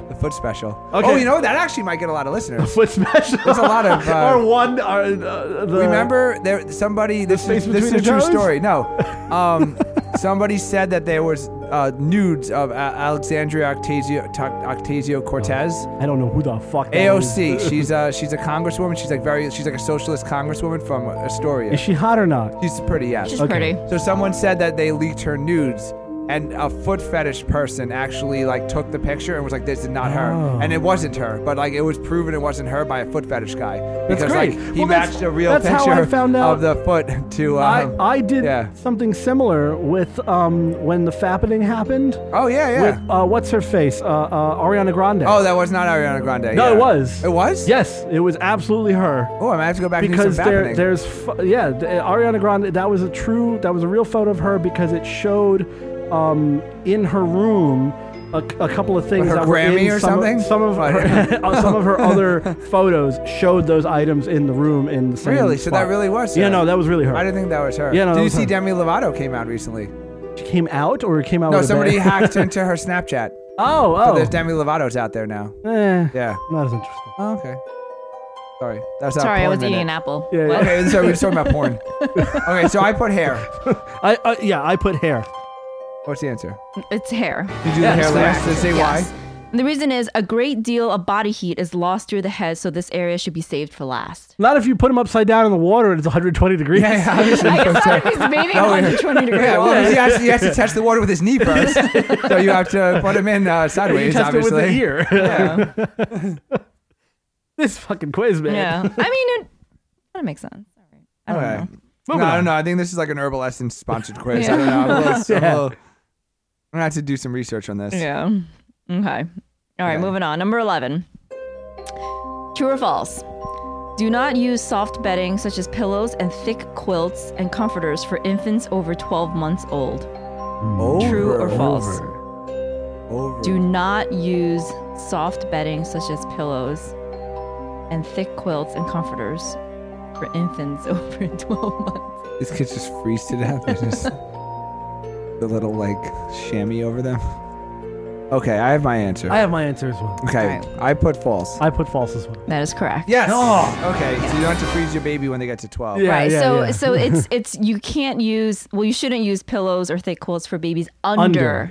Speaker 2: the Foot Special.
Speaker 1: Okay.
Speaker 2: Oh, you know that actually might get a lot of listeners.
Speaker 1: Foot special.
Speaker 2: There's a lot of, uh,
Speaker 1: or one. Or, uh, the,
Speaker 2: Remember, there somebody. This
Speaker 1: space
Speaker 2: is, this is a
Speaker 1: between the
Speaker 2: true
Speaker 1: toes?
Speaker 2: story. No, um, somebody said that there was uh, nudes of uh, Alexandria Octasio, Octasio Cortez,
Speaker 1: I don't know who the fuck. Oh, that
Speaker 2: AOC.
Speaker 1: is.
Speaker 2: She's a she's a congresswoman. She's like very she's like a socialist congresswoman from Astoria.
Speaker 1: Is she hot or not?
Speaker 2: She's pretty, yes.
Speaker 3: She's
Speaker 1: Okay.
Speaker 3: pretty.
Speaker 2: So someone said that they leaked her nudes, and a foot fetish person actually like took the picture and was like, "This is not her,"
Speaker 1: Oh.
Speaker 2: and it wasn't her. But like, it was proven it wasn't her by a foot fetish guy because
Speaker 1: great.
Speaker 2: like he
Speaker 1: Well, that's-
Speaker 2: matched a real
Speaker 1: that's how I
Speaker 2: picture
Speaker 1: found out-
Speaker 2: of the foot to.
Speaker 1: I,
Speaker 2: Um,
Speaker 1: I did
Speaker 2: yeah.
Speaker 1: something similar with um, when the fappening happened.
Speaker 2: oh yeah, yeah.
Speaker 1: With uh, what's her face? Uh, uh, Ariana Grande.
Speaker 2: oh, that was not Ariana Grande.
Speaker 1: no,
Speaker 2: yeah.
Speaker 1: it was.
Speaker 2: It was.
Speaker 1: Yes, it was absolutely her.
Speaker 2: Oh, I'm gonna have to go back
Speaker 1: because
Speaker 2: and do some
Speaker 1: there,
Speaker 2: fappening.
Speaker 1: there's f- yeah the- ariana grande that was a true that was a real photo of her because it showed um, in her room a, a couple of things
Speaker 2: her
Speaker 1: that were in
Speaker 2: Grammy or
Speaker 1: some
Speaker 2: something?
Speaker 1: of, some of her, uh, some of her other photos showed those items in the room in the same
Speaker 2: Really? So that
Speaker 1: spot.
Speaker 2: really was
Speaker 1: yeah
Speaker 2: her?
Speaker 1: no that was really her
Speaker 2: I didn't think that was her.
Speaker 1: Yeah, no, that
Speaker 2: Did you
Speaker 1: was
Speaker 2: see
Speaker 1: her. Oh,
Speaker 2: Demi Lovato came out recently?
Speaker 1: she came out or it came out
Speaker 2: No,
Speaker 1: with a
Speaker 2: somebody
Speaker 1: bang?
Speaker 2: hacked into her Snapchat.
Speaker 1: oh
Speaker 2: So
Speaker 1: oh
Speaker 2: there's Demi Lovato's out there now.
Speaker 1: Eh,
Speaker 2: Yeah.
Speaker 1: not as interesting
Speaker 2: Oh, okay. Sorry. That's not
Speaker 3: Sorry,
Speaker 2: porn
Speaker 3: I was
Speaker 2: minute.
Speaker 3: eating an apple.
Speaker 1: yeah, yeah.
Speaker 2: Okay, so we're just talking about porn. Okay, so I put hair.
Speaker 1: I, uh, yeah i put hair
Speaker 2: What's the answer?
Speaker 3: It's hair.
Speaker 2: You do the hair last. Does it say
Speaker 3: Yes.
Speaker 2: why?
Speaker 3: The reason is a great deal of body heat is lost through the head, so this area should be saved for last.
Speaker 1: not if you put them upside down in the water and it's 120 degrees
Speaker 2: Yeah, yeah, obviously.
Speaker 3: I guess that is maybe
Speaker 2: No, yeah.
Speaker 3: 120 degrees.
Speaker 2: Yeah, well, he has, he has to touch the water with his knee first, so you have to put him in uh,
Speaker 1: you
Speaker 2: sideways,
Speaker 1: test
Speaker 2: obviously.
Speaker 1: it with the ear
Speaker 2: Yeah.
Speaker 1: this fucking quiz man
Speaker 3: Yeah. I mean, it, that makes sense. All right. I don't
Speaker 2: Okay. No,
Speaker 1: Moving
Speaker 2: I
Speaker 1: on.
Speaker 2: don't know. I think this is like an herbal essence sponsored quiz. I don't know. I'm, a little, I'm, a
Speaker 1: Yeah.
Speaker 2: little- I'm gonna have to do some research on this.
Speaker 3: know. Yeah. Okay. All right,
Speaker 2: Okay.
Speaker 3: moving on. Number 11. True or false? Do not use soft bedding such as pillows and thick quilts and comforters for infants over 12 months old. True or false?
Speaker 2: Over.
Speaker 3: Do not use soft bedding such as pillows and thick quilts and comforters for infants over 12 months.
Speaker 2: These kids just freeze to death. They're just the little like chamois over them. Okay, I have my answer.
Speaker 1: I have my answer as well.
Speaker 2: okay,
Speaker 3: Alright.
Speaker 2: I put false.
Speaker 1: I put false as well.
Speaker 3: That is correct.
Speaker 2: yes. Oh. Okay, so you don't have to freeze your baby when they get to twelve.
Speaker 1: Yeah,
Speaker 3: right.
Speaker 1: yeah,
Speaker 3: so
Speaker 1: yeah.
Speaker 3: so it's it's you can't use well you shouldn't use pillows or thick quilts for babies under.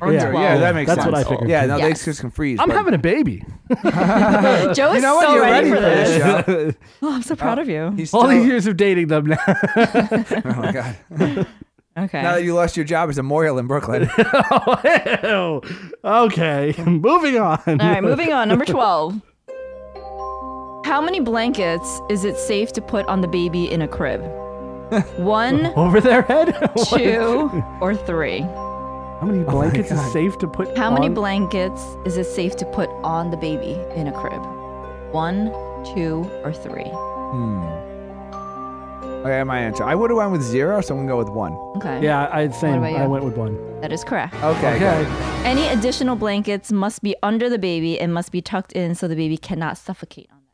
Speaker 1: Under, yeah.
Speaker 2: Under, yeah, that makes
Speaker 1: That's
Speaker 2: sense.
Speaker 1: what I figured.
Speaker 2: Yeah, no,
Speaker 3: Yes.
Speaker 2: they just can freeze.
Speaker 1: I'm
Speaker 2: but-
Speaker 1: having a baby.
Speaker 3: Joe is
Speaker 2: You know what?
Speaker 3: so
Speaker 2: You're
Speaker 3: ready, for this.
Speaker 2: for this.
Speaker 3: Oh, I'm so proud of you.
Speaker 2: He's
Speaker 1: All
Speaker 2: still-
Speaker 1: these years of dating them now.
Speaker 2: Oh my god!
Speaker 3: Okay.
Speaker 2: Now that you lost your job as a Morial in Brooklyn,
Speaker 1: Ew. Oh, okay, moving on.
Speaker 3: All right, moving on. Number 12. How many blankets is it safe to put on the baby in a crib? One,
Speaker 1: Over their head? What?
Speaker 3: two, or three?
Speaker 1: How many blankets is
Speaker 2: Oh God.
Speaker 1: safe to put
Speaker 3: How many
Speaker 1: on-
Speaker 3: blankets is it safe to put on the baby in a crib? One, two, or three?
Speaker 2: Okay, my answer. I would have went with zero, so I'm gonna go with one.
Speaker 3: Okay.
Speaker 1: Yeah, I'd say
Speaker 3: What about
Speaker 1: I
Speaker 3: you?
Speaker 1: went with one.
Speaker 3: That is correct.
Speaker 2: Okay.
Speaker 1: Okay.
Speaker 3: Any additional blankets must be under the baby and must be tucked in so the baby cannot suffocate on them.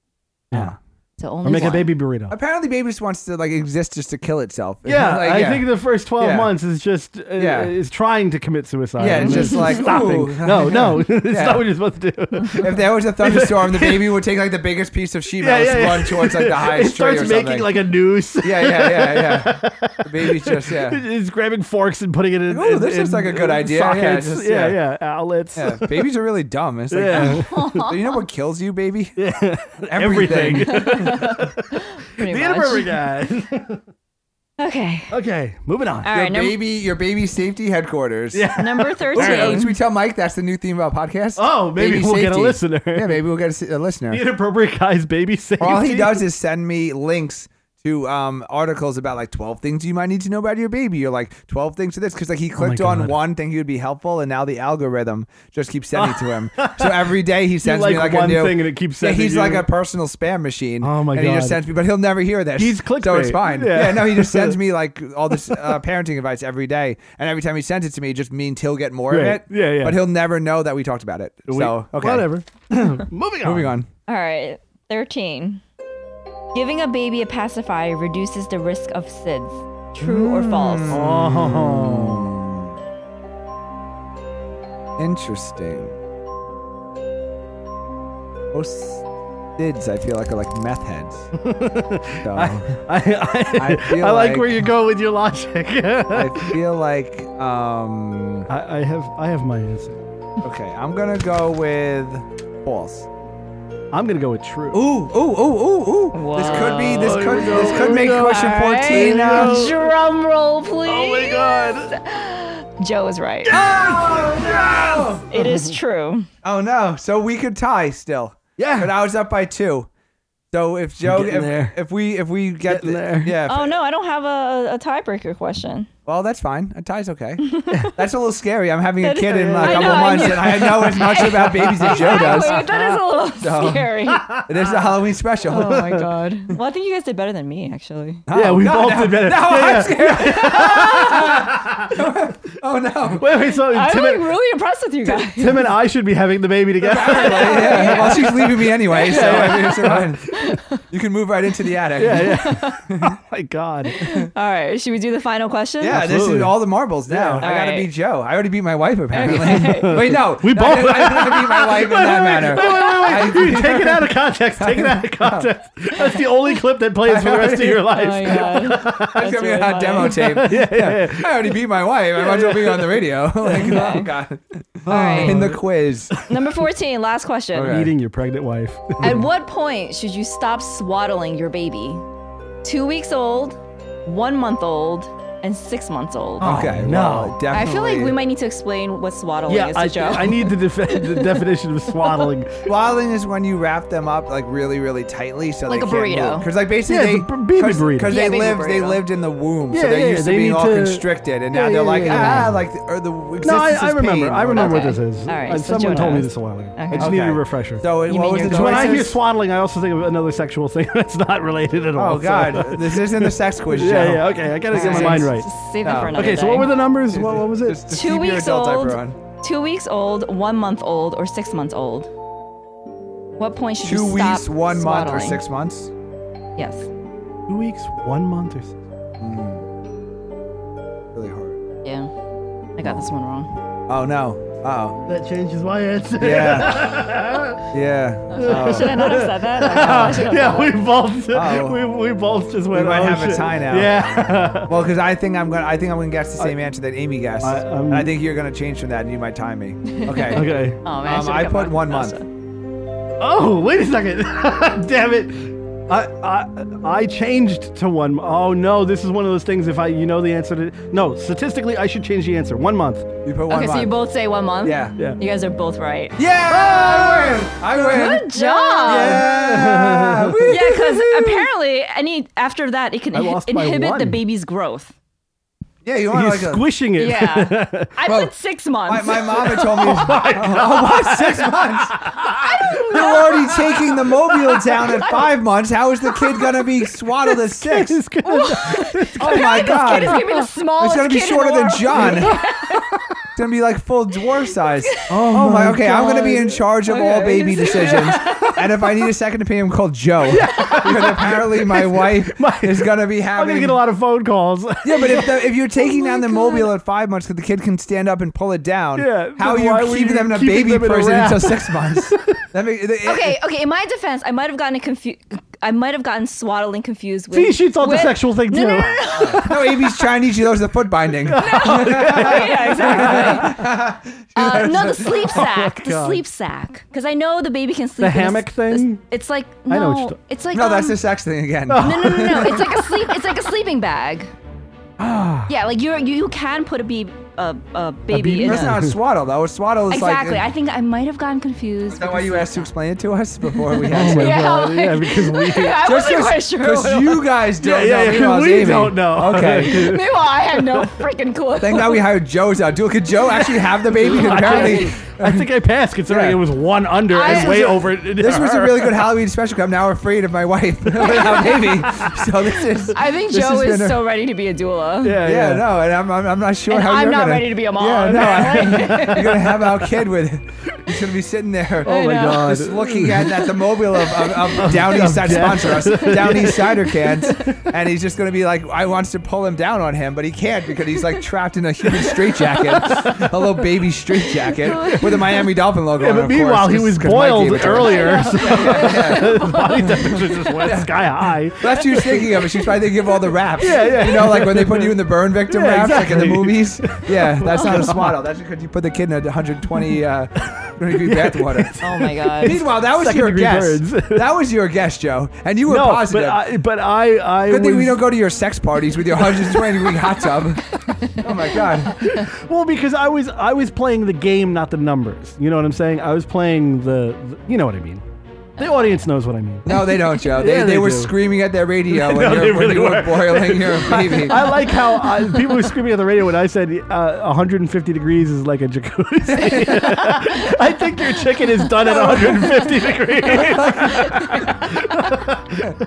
Speaker 1: Yeah.
Speaker 3: So
Speaker 1: Or
Speaker 3: only
Speaker 1: make a
Speaker 3: one.
Speaker 1: baby burrito.
Speaker 2: Apparently, baby just wants to like exist just to kill itself.
Speaker 1: Yeah,
Speaker 2: Like,
Speaker 1: I think the first 12
Speaker 2: Yeah.
Speaker 1: months is just uh,
Speaker 2: Yeah.
Speaker 1: is trying to commit suicide.
Speaker 2: Yeah, it's
Speaker 1: and
Speaker 2: just
Speaker 1: then
Speaker 2: like,
Speaker 1: stopping.
Speaker 2: ooh.
Speaker 1: No, no, it's
Speaker 2: Yeah.
Speaker 1: not what you're supposed to do.
Speaker 2: if there was a thunderstorm, the baby would take like the biggest piece of sheet metal and run towards like the highest
Speaker 1: it
Speaker 2: tree
Speaker 1: starts
Speaker 2: or
Speaker 1: making
Speaker 2: something.
Speaker 1: like a noose.
Speaker 2: yeah, yeah, yeah, yeah. The baby's just yeah.
Speaker 1: It's grabbing forks and putting it in.
Speaker 2: Ooh,
Speaker 1: in-
Speaker 2: this looks
Speaker 1: in
Speaker 2: like a good idea. Yeah,
Speaker 1: Sockets.
Speaker 2: just-
Speaker 1: yeah,
Speaker 2: yeah.
Speaker 1: yeah, outlets.
Speaker 2: Yeah, babies are really dumb. It's like,
Speaker 1: Yeah.
Speaker 2: do you know what kills you, baby?
Speaker 1: Everything.
Speaker 3: Pretty
Speaker 1: the
Speaker 3: much.
Speaker 1: invertebrate guy.
Speaker 3: Okay.
Speaker 1: okay, moving on.
Speaker 3: All
Speaker 2: Your
Speaker 3: right. num-
Speaker 2: baby, your baby safety headquarters.
Speaker 1: Yeah.
Speaker 3: number
Speaker 2: Wait,
Speaker 3: 13.
Speaker 2: should we tell Mike that's the new theme of our podcast?
Speaker 1: Oh, maybe
Speaker 2: Baby
Speaker 1: we'll get a
Speaker 2: safety.
Speaker 1: listener.
Speaker 2: Yeah, maybe we'll get a, a listener.
Speaker 1: The inappropriate guy's baby safety.
Speaker 2: All he does is send me links to um, articles about like 12 things you might need to know about your baby. You're like 12 things to this because like he clicked on
Speaker 1: Oh God.
Speaker 2: one thing he would be helpful, and now the algorithm just keeps sending to him. So every day he sends me
Speaker 1: like
Speaker 2: like
Speaker 1: one
Speaker 2: a new
Speaker 1: thing and it keeps
Speaker 2: Yeah,
Speaker 1: sending
Speaker 2: he's
Speaker 1: you.
Speaker 2: like a personal spam machine.
Speaker 1: Oh, my
Speaker 2: and he
Speaker 1: God.
Speaker 2: just sends me, but he'll never hear this.
Speaker 1: He's
Speaker 2: so it's
Speaker 1: clickbait.
Speaker 2: fine.
Speaker 1: Yeah.
Speaker 2: Yeah. no, he just sends me like all this uh, parenting advice every day, and every time he sends it to me, it just means he'll get more
Speaker 1: Right.
Speaker 2: of it.
Speaker 1: Yeah, yeah.
Speaker 2: But he'll never know that we talked about it.
Speaker 1: We-
Speaker 2: so okay,
Speaker 1: Whatever. Moving on.
Speaker 2: Moving on.
Speaker 3: All right. 13. Giving a baby a pacifier reduces the risk of SIDS. True or false?
Speaker 1: Mm. Oh.
Speaker 2: Interesting. Most SIDS, I feel like, are like meth heads. So, I,
Speaker 1: I, I,
Speaker 2: I
Speaker 1: I,
Speaker 2: feel
Speaker 1: like,
Speaker 2: like-
Speaker 1: where you go with your logic. I,
Speaker 2: feel like, um,
Speaker 1: I have I have my answer.
Speaker 2: okay, I'm gonna go with false.
Speaker 1: I'm gonna go with true.
Speaker 2: Ooh, ooh, ooh, ooh, ooh. This could be, this could, this could make question 14. uh,
Speaker 3: Oh. Drum roll, please.
Speaker 1: Oh my god.
Speaker 3: Joe is right.
Speaker 2: Oh, no!
Speaker 3: It is true.
Speaker 2: Oh, no. So we could tie still.
Speaker 1: Yeah.
Speaker 2: But I was up by two. So if Joe,
Speaker 1: getting there.
Speaker 2: if, if we, if we get
Speaker 1: Getting
Speaker 2: the-
Speaker 1: there.
Speaker 2: yeah, if-
Speaker 3: Oh no, I don't have a, a tiebreaker question.
Speaker 2: Well, that's fine. A tie's okay. that's a little scary. I'm having a
Speaker 3: That is-
Speaker 2: kid in like,
Speaker 3: I
Speaker 2: a couple
Speaker 3: know, I
Speaker 2: months,
Speaker 3: knew-
Speaker 2: and I know as much about babies as Joe does.
Speaker 3: Wait, that is a little scary. well,
Speaker 2: It is a Halloween special.
Speaker 6: Oh my god.
Speaker 3: I think you guys did better than me, actually.
Speaker 1: yeah, we
Speaker 2: no,
Speaker 1: both
Speaker 2: no,
Speaker 1: did better.
Speaker 2: No,
Speaker 1: Yeah, yeah.
Speaker 2: I'm scared. oh no.
Speaker 1: Wait, wait. So
Speaker 3: I'm
Speaker 1: Tim,
Speaker 3: like
Speaker 1: and,
Speaker 3: really impressed with you guys.
Speaker 1: Tim and I should be having the baby together.
Speaker 2: Yeah, yeah. Well, she's leaving me anyway, so I mean, it's fine. You can move right into the attic.
Speaker 1: yeah, yeah. oh my god.
Speaker 3: All right, should we do the final question?
Speaker 2: Yeah, this
Speaker 1: Absolutely.
Speaker 2: is all the marbles now.
Speaker 3: Yeah.
Speaker 2: I gotta
Speaker 3: All right.
Speaker 2: beat Joe. I already beat my wife apparently. Wait, no,
Speaker 1: We
Speaker 2: I
Speaker 1: both-
Speaker 2: didn't- I didn't beat my wife in that matter.
Speaker 1: Wait, wait, wait, wait.
Speaker 2: I-
Speaker 1: You take it out of context. Take it out of context. That's the only clip that plays for the rest of your
Speaker 3: Oh my
Speaker 1: life.
Speaker 3: god.
Speaker 2: That's
Speaker 3: That's
Speaker 2: gonna be
Speaker 3: really
Speaker 2: a hot
Speaker 3: funny.
Speaker 2: demo tape. yeah. I already beat my wife. I might as well be on the radio. like, oh god.
Speaker 3: All right.
Speaker 2: In the quiz.
Speaker 3: Number 14, last question.
Speaker 2: Okay.
Speaker 1: Eating your pregnant wife.
Speaker 3: At what point should you stop swaddling your baby? Two weeks old, one month old, and six months old.
Speaker 2: Okay.
Speaker 1: Oh, no.
Speaker 2: well,
Speaker 3: I
Speaker 2: definitely.
Speaker 3: feel like we might need to explain what swaddling
Speaker 1: yeah,
Speaker 3: is to
Speaker 1: I,
Speaker 3: Joe.
Speaker 1: I need the, def- the definition of swaddling.
Speaker 2: Swaddling is when you wrap them up like really, really tightly, so
Speaker 3: Like
Speaker 2: they
Speaker 3: a
Speaker 2: can't
Speaker 3: burrito.
Speaker 2: Because like basically,
Speaker 1: Yeah, it's
Speaker 2: they,
Speaker 1: a b- baby burrito.
Speaker 2: Because
Speaker 3: Yeah,
Speaker 2: they
Speaker 3: baby
Speaker 2: lived, they
Speaker 3: burrito.
Speaker 2: lived in the womb,
Speaker 1: Yeah,
Speaker 2: so they're
Speaker 1: yeah,
Speaker 2: used
Speaker 1: they
Speaker 2: to being
Speaker 1: need
Speaker 2: all
Speaker 1: to-
Speaker 2: constricted, and
Speaker 1: Yeah,
Speaker 2: now they're
Speaker 1: yeah,
Speaker 2: like,
Speaker 1: yeah.
Speaker 2: ah, like the, or the existence
Speaker 1: No, I,
Speaker 2: is
Speaker 1: I remember.
Speaker 2: pain,
Speaker 1: I remember
Speaker 3: whatever.
Speaker 1: what this is.
Speaker 3: All right,
Speaker 1: Uh,
Speaker 3: so
Speaker 1: Someone
Speaker 3: Jonah.
Speaker 1: told me this a while ago. I just
Speaker 2: Okay.
Speaker 1: needed a refresher.
Speaker 2: So
Speaker 3: You mean
Speaker 2: what was
Speaker 3: you're
Speaker 2: the
Speaker 3: going-
Speaker 1: when I hear
Speaker 2: choices?
Speaker 1: swaddling, I also think of another sexual thing that's not related at all.
Speaker 2: Oh God, this isn't the sex quiz
Speaker 1: So.
Speaker 2: show.
Speaker 1: Yeah, yeah. Okay, I gotta get my
Speaker 3: Alright,
Speaker 1: mind right.
Speaker 3: just Save that
Speaker 2: No.
Speaker 3: for another
Speaker 1: Okay, so
Speaker 3: day.
Speaker 1: what were the numbers? What, what was it?
Speaker 2: Just, just
Speaker 3: Two
Speaker 2: keep your
Speaker 3: weeks
Speaker 2: adult
Speaker 3: old.
Speaker 2: diaper on.
Speaker 3: Two weeks old, one month old, or six months old? What point should
Speaker 2: Two
Speaker 3: you stop
Speaker 2: weeks, one month, or
Speaker 3: swaddling?
Speaker 2: six months.
Speaker 3: Yes.
Speaker 1: Two weeks, one month, or something.
Speaker 2: Really hard.
Speaker 3: Yeah. I got this one wrong.
Speaker 2: Oh no. Oh
Speaker 1: That changes my answer.
Speaker 2: yeah. yeah.
Speaker 3: Should I not have said that?
Speaker 1: yeah, we both
Speaker 2: Oh.
Speaker 1: we, we both just went.
Speaker 2: We might
Speaker 1: oh,
Speaker 2: have a
Speaker 1: shit.
Speaker 2: tie now.
Speaker 1: Yeah.
Speaker 2: Uh, Well, because I think I'm gonna, I think I'm gonna guess the same answer that Amy guessed.
Speaker 1: I- I'm-
Speaker 2: and I think you're gonna change from that, and you might time me. Okay.
Speaker 1: okay.
Speaker 3: Oh, man,
Speaker 2: Um,
Speaker 3: should've
Speaker 2: I
Speaker 3: come
Speaker 2: put
Speaker 3: up
Speaker 2: one
Speaker 3: with that
Speaker 2: month.
Speaker 3: stuff.
Speaker 1: Oh, wait a second. Damn it. I, I I changed to one. Oh no, this is one of those things. If I you know the answer to no, statistically I should change the answer. One month.
Speaker 2: You put one
Speaker 5: Okay, so you
Speaker 2: month.
Speaker 5: both say one month?
Speaker 2: Yeah.
Speaker 1: Yeah.
Speaker 5: You guys are both right.
Speaker 2: Yeah! I win! I win!
Speaker 5: Good job!
Speaker 2: Yeah!
Speaker 5: Yeah, because apparently any after that it can
Speaker 1: I lost by
Speaker 5: inhibit the
Speaker 1: one.
Speaker 5: baby's growth.
Speaker 2: yeah, you want
Speaker 1: He's
Speaker 2: like a.
Speaker 1: squishing it.
Speaker 5: Yeah. I
Speaker 2: Well,
Speaker 5: put six
Speaker 2: My,
Speaker 5: months.
Speaker 2: my mom had told me. oh, what? Six months? You're already taking the mobile down at five months. How is the kid going to be swaddled at six?
Speaker 1: It's good.
Speaker 2: Oh my
Speaker 5: Kid
Speaker 2: god!
Speaker 5: is gonna be the
Speaker 1: Oh,
Speaker 5: smallest
Speaker 2: It's gonna be
Speaker 5: kid in the
Speaker 2: shorter than
Speaker 5: world.
Speaker 2: John. it's gonna be like full dwarf size. Oh, my. Okay, I'm gonna be in charge of all
Speaker 4: Okay.
Speaker 2: baby decisions. and if I need a second opinion, I'm called Joe. Because apparently my wife is gonna be having.
Speaker 1: I'm gonna get a lot Oh of phone calls.
Speaker 2: Yeah, but if, the, if you're taking down the mobile at five months, because the kid can stand up and pull it down,
Speaker 1: Yeah,
Speaker 2: how are
Speaker 1: then
Speaker 2: you
Speaker 1: why were
Speaker 2: keeping
Speaker 1: you
Speaker 2: them in a
Speaker 1: keeping
Speaker 2: baby
Speaker 1: them in a
Speaker 2: person
Speaker 1: wrap?
Speaker 2: until six months? that make, it-
Speaker 5: Okay, okay. In my defense, I might have gotten confused. I might have gotten swaddling confused with.
Speaker 1: See, she thought the
Speaker 5: with-
Speaker 1: sexual thing
Speaker 5: No,
Speaker 1: too.
Speaker 5: no, no, no, no.
Speaker 2: No, Amy's Chinese. She loves the foot binding.
Speaker 5: yeah, exactly. Uh, no, the sleep sack. the
Speaker 1: Oh God.
Speaker 5: sleep sack. Because I know the baby can sleep. in a
Speaker 1: hammock
Speaker 5: s-
Speaker 1: thing?
Speaker 5: It's like no.
Speaker 1: I know what you're talking-
Speaker 5: it's like
Speaker 2: No, that's
Speaker 5: um,
Speaker 2: the sex thing again.
Speaker 5: No, no, no, no. It's like a sleep. It's like a sleeping bag. yeah, like you're you, you can put a baby a, a baby
Speaker 1: baby?
Speaker 5: in.
Speaker 2: That's
Speaker 5: a-
Speaker 2: not a swaddle though. A swaddle is like.
Speaker 5: exactly. I think I might have gotten confused.
Speaker 2: Is that
Speaker 5: with
Speaker 2: why
Speaker 5: the
Speaker 2: you
Speaker 5: sleep
Speaker 2: asked to
Speaker 5: sack.
Speaker 2: explain it to us before we had to?
Speaker 5: Yeah,
Speaker 1: Uh,
Speaker 5: like-
Speaker 1: yeah, because we.
Speaker 5: I wasn't quite
Speaker 2: Just
Speaker 5: sure.
Speaker 2: because
Speaker 5: what it was.
Speaker 2: you guys don't
Speaker 1: Yeah, yeah,
Speaker 2: know.
Speaker 1: yeah,
Speaker 2: meanwhile it's
Speaker 1: we
Speaker 2: Amy.
Speaker 1: don't know.
Speaker 2: Okay.
Speaker 5: Meanwhile, I had no freaking clue.
Speaker 2: Thank God we hired Joe's out. Do could Joe actually have the baby? 'Cause Apparently,
Speaker 1: I think I passed considering
Speaker 2: Yeah.
Speaker 1: it was one under
Speaker 5: I-
Speaker 1: and way
Speaker 2: This was a-
Speaker 1: over.
Speaker 2: this was a really good Halloween special. 'cause I'm now afraid of my wife without baby. So this is.
Speaker 5: I think
Speaker 2: this
Speaker 5: Joe
Speaker 2: has
Speaker 5: is
Speaker 2: been a-
Speaker 5: so ready to be a doula.
Speaker 1: Yeah,
Speaker 2: Yeah,
Speaker 1: yeah.
Speaker 2: no, and I'm, I'm, I'm not sure
Speaker 5: And
Speaker 2: how
Speaker 5: I'm
Speaker 2: you're
Speaker 5: not
Speaker 2: gonna-
Speaker 5: ready to be a mom.
Speaker 2: Yeah, no, I- you're gonna have our kid with. He's gonna be sitting there.
Speaker 1: Oh my
Speaker 5: know.
Speaker 1: god.
Speaker 2: Just looking at, at the mobile of, of, of Down East Side sponsor us, Down East Cider cans, and he's just going to be like, I wants to pull him down on him, but he can't because he's like trapped in a human straitjacket, a little baby straitjacket with a Miami Dolphin logo.
Speaker 1: Yeah,
Speaker 2: on it,
Speaker 1: but
Speaker 2: of
Speaker 1: meanwhile,
Speaker 2: course,
Speaker 1: he
Speaker 2: just
Speaker 1: was
Speaker 2: 'cause Mike gave
Speaker 1: boiled
Speaker 2: it to him.
Speaker 1: earlier, so his body temperature just went sky high.
Speaker 2: That's what she was thinking of it. She's probably thinking of all the wraps.
Speaker 1: Yeah, yeah.
Speaker 2: You know, like when they put you in the burn victim
Speaker 1: Yeah,
Speaker 2: wraps, like in the
Speaker 1: exactly.
Speaker 2: movies. Yeah, that's not a swaddle. That's because you put the kid in a 120 uh, degree bath water.
Speaker 5: Oh my god.
Speaker 2: Meanwhile, that was
Speaker 1: Second
Speaker 2: your
Speaker 1: degree
Speaker 2: guess.
Speaker 1: burns.
Speaker 2: that was your guess, Joe, and you were
Speaker 1: No,
Speaker 2: positive.
Speaker 1: but I, but I, I
Speaker 2: Good thing we
Speaker 1: was-
Speaker 2: don't go to your sex parties with your 120 degree hot tub. Oh my god.
Speaker 1: Well, because I was, I was playing the game, not the numbers. You know what I'm saying? I was playing the, the you know what I mean. The audience knows what I mean.
Speaker 2: No, they don't, Joe. They,
Speaker 1: Yeah,
Speaker 2: they,
Speaker 1: they
Speaker 2: were
Speaker 1: do.
Speaker 2: screaming at their radio when,
Speaker 1: No,
Speaker 2: you're,
Speaker 1: they
Speaker 2: when
Speaker 1: really
Speaker 2: you were
Speaker 1: were.
Speaker 2: boiling your baby.
Speaker 1: I like how I, people were screaming at the radio when I said uh, 150 degrees is like a jacuzzi. I think your chicken is done at 150 degrees.
Speaker 2: Joe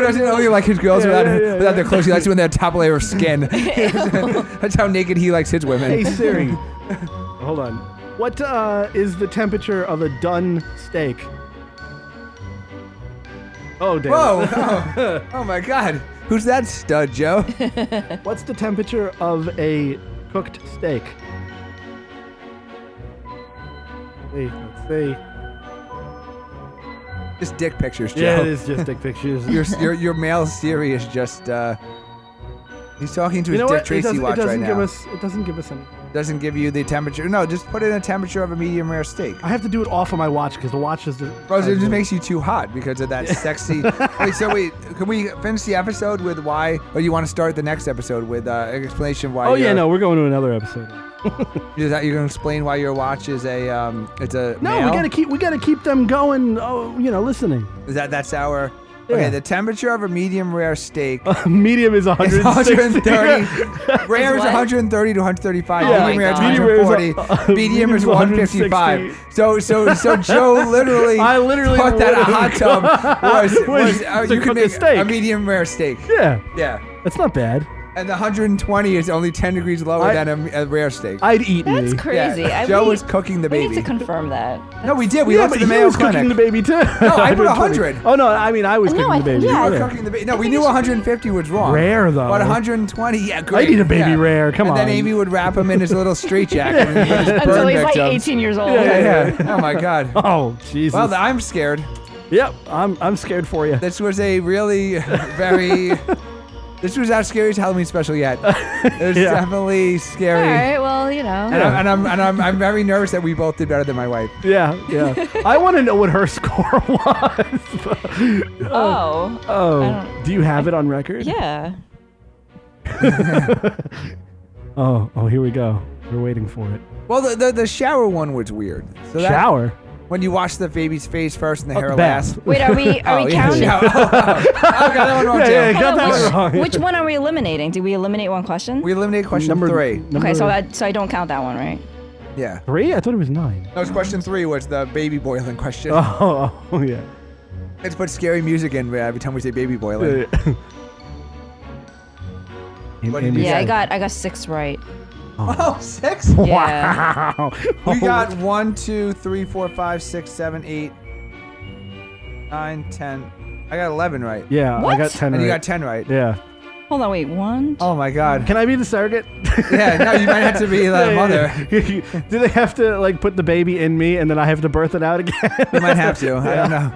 Speaker 2: doesn't only like his girls
Speaker 1: Yeah,
Speaker 2: without,
Speaker 1: yeah, yeah,
Speaker 2: without their clothes. He likes when they're top layer of skin. That's how naked he likes his women.
Speaker 1: Hey Siri, hold on. What uh, is the temperature of a done steak? Oh damn! it.
Speaker 2: Whoa! Oh, oh my God! Who's that stud, Joe?
Speaker 1: What's the temperature of a cooked steak? Hey, let's see.
Speaker 2: Just dick pictures, Joe.
Speaker 1: Yeah, it is just dick pictures.
Speaker 2: Your your your male Siri is just. uh He's talking
Speaker 1: you
Speaker 2: to his
Speaker 1: know
Speaker 2: Dick
Speaker 1: what? it
Speaker 2: Tracy
Speaker 1: doesn't,
Speaker 2: watch
Speaker 1: it doesn't
Speaker 2: right
Speaker 1: give
Speaker 2: now.
Speaker 1: us. It doesn't give us any.
Speaker 2: Doesn't give you the temperature. No, just put in a temperature of a medium rare steak.
Speaker 1: I have to do it off of my watch because the watch is. The,
Speaker 2: Bro, it just makes you too hot because of that sexy. wait, so wait, can we finish the episode with why? Or you want to start the next episode with uh, an explanation why?
Speaker 1: Oh yeah,
Speaker 2: your-
Speaker 1: no, we're going to another episode.
Speaker 2: Is that you're gonna explain why your watch is a um? It's a
Speaker 1: No,
Speaker 2: male?
Speaker 1: we gotta keep. We gotta keep them going. Oh, you know, listening.
Speaker 2: Is that that's our
Speaker 1: Yeah.
Speaker 2: okay? The temperature of a medium rare steak
Speaker 1: Medium is
Speaker 2: is
Speaker 1: 160.
Speaker 2: 130. rare is
Speaker 5: What?
Speaker 2: 130 to 135.
Speaker 1: Yeah.
Speaker 2: medium rare is
Speaker 5: Oh my God.
Speaker 2: 140.
Speaker 1: Medium rare is, uh,
Speaker 2: medium is
Speaker 1: medium is
Speaker 2: 155. So so so Joe literally.
Speaker 1: I literally
Speaker 2: thought that a hot tub was
Speaker 1: Was
Speaker 2: was uh,
Speaker 1: to
Speaker 2: you could
Speaker 1: cook a
Speaker 2: make a
Speaker 1: steak.
Speaker 2: medium rare steak.
Speaker 1: yeah,
Speaker 2: Yeah.
Speaker 1: that's not bad.
Speaker 2: And the 120 is only 10 degrees lower
Speaker 1: I-
Speaker 2: than a, a rare steak.
Speaker 1: I'd eat
Speaker 5: That's
Speaker 1: me.
Speaker 2: Yeah.
Speaker 5: crazy. I,
Speaker 2: Joe
Speaker 5: we,
Speaker 2: was cooking the
Speaker 5: we
Speaker 2: baby.
Speaker 5: need to confirm that.
Speaker 2: no, we did. We
Speaker 1: yeah,
Speaker 2: went
Speaker 1: but
Speaker 2: to the
Speaker 1: he
Speaker 2: Mayo
Speaker 1: was
Speaker 2: Clinic.
Speaker 1: cooking the baby too. No,
Speaker 2: I put 100.
Speaker 1: Oh no, I mean I was
Speaker 5: No,
Speaker 1: cooking
Speaker 5: I
Speaker 1: the
Speaker 5: think-
Speaker 1: baby.
Speaker 5: yeah, I
Speaker 2: We're
Speaker 5: Yeah.
Speaker 2: cooking the ba- No, we
Speaker 5: think
Speaker 2: knew
Speaker 5: it's-
Speaker 2: 150 was wrong.
Speaker 1: Rare, though.
Speaker 2: But 120, yeah, great.
Speaker 1: I need a baby
Speaker 2: yeah.
Speaker 1: rare. Come
Speaker 2: and
Speaker 1: on.
Speaker 2: then Amy would wrap him in his little straight jacket. and with his
Speaker 5: Until
Speaker 2: burn
Speaker 5: he's like
Speaker 2: victims.
Speaker 5: 18 years old.
Speaker 1: Yeah,
Speaker 2: Yeah, yeah. Oh my God.
Speaker 1: oh Jesus.
Speaker 2: Well, I'm scared.
Speaker 1: yep, I'm I'm scared for you.
Speaker 2: This was a really very. This was our scariest Halloween special yet. It was
Speaker 1: Yeah.
Speaker 2: definitely
Speaker 5: All
Speaker 2: scary.
Speaker 5: right. Well, well, you know.
Speaker 2: And, I'm, and, I'm, and I'm, I'm very nervous that we both did better than my wife.
Speaker 1: Yeah, yeah. I want to know what her score was.
Speaker 5: Oh,
Speaker 1: oh, do you have it on record?
Speaker 5: yeah.
Speaker 1: Oh, oh, here we go. We're waiting for it.
Speaker 2: Well, the, the, the shower one was weird. So that,
Speaker 1: Shower.
Speaker 2: When you wash the baby's face first and the hair last.
Speaker 1: Bath.
Speaker 5: Wait, are we are we counting?
Speaker 2: Yeah. oh, I got that one wrong
Speaker 1: Yeah,
Speaker 2: too.
Speaker 1: yeah, got
Speaker 5: Hold
Speaker 1: that one
Speaker 5: on,
Speaker 1: wrong.
Speaker 5: which, which one are we eliminating? Did we eliminate one question?
Speaker 2: We eliminated question
Speaker 1: Number
Speaker 2: three.
Speaker 1: number
Speaker 5: okay, so I, so I don't count that one, right?
Speaker 2: Yeah.
Speaker 1: three. I thought it was nine.
Speaker 2: That was question three was the baby boiling question.
Speaker 1: Oh, oh, oh yeah.
Speaker 2: Let's put scary music in every time we say baby boiling.
Speaker 1: Yeah. And
Speaker 2: What did
Speaker 1: Amy
Speaker 2: you
Speaker 5: Yeah, I
Speaker 1: said-
Speaker 5: got I got six right.
Speaker 2: Oh, six?
Speaker 5: Yeah.
Speaker 1: Wow.
Speaker 2: We got one, two, three, four, five, six, seven, eight, nine, ten. I got 11 right.
Speaker 1: Yeah, I
Speaker 5: What?
Speaker 1: got ten.
Speaker 2: And
Speaker 1: right.
Speaker 2: you got 10 right.
Speaker 1: Yeah.
Speaker 5: Hold on, wait, one.
Speaker 2: Oh my god.
Speaker 1: Can I be the surrogate?
Speaker 2: Yeah, no, you might have to be the mother.
Speaker 1: Do they have to like put the baby in me and then I have to birth it out again?
Speaker 2: You might have to. I don't know.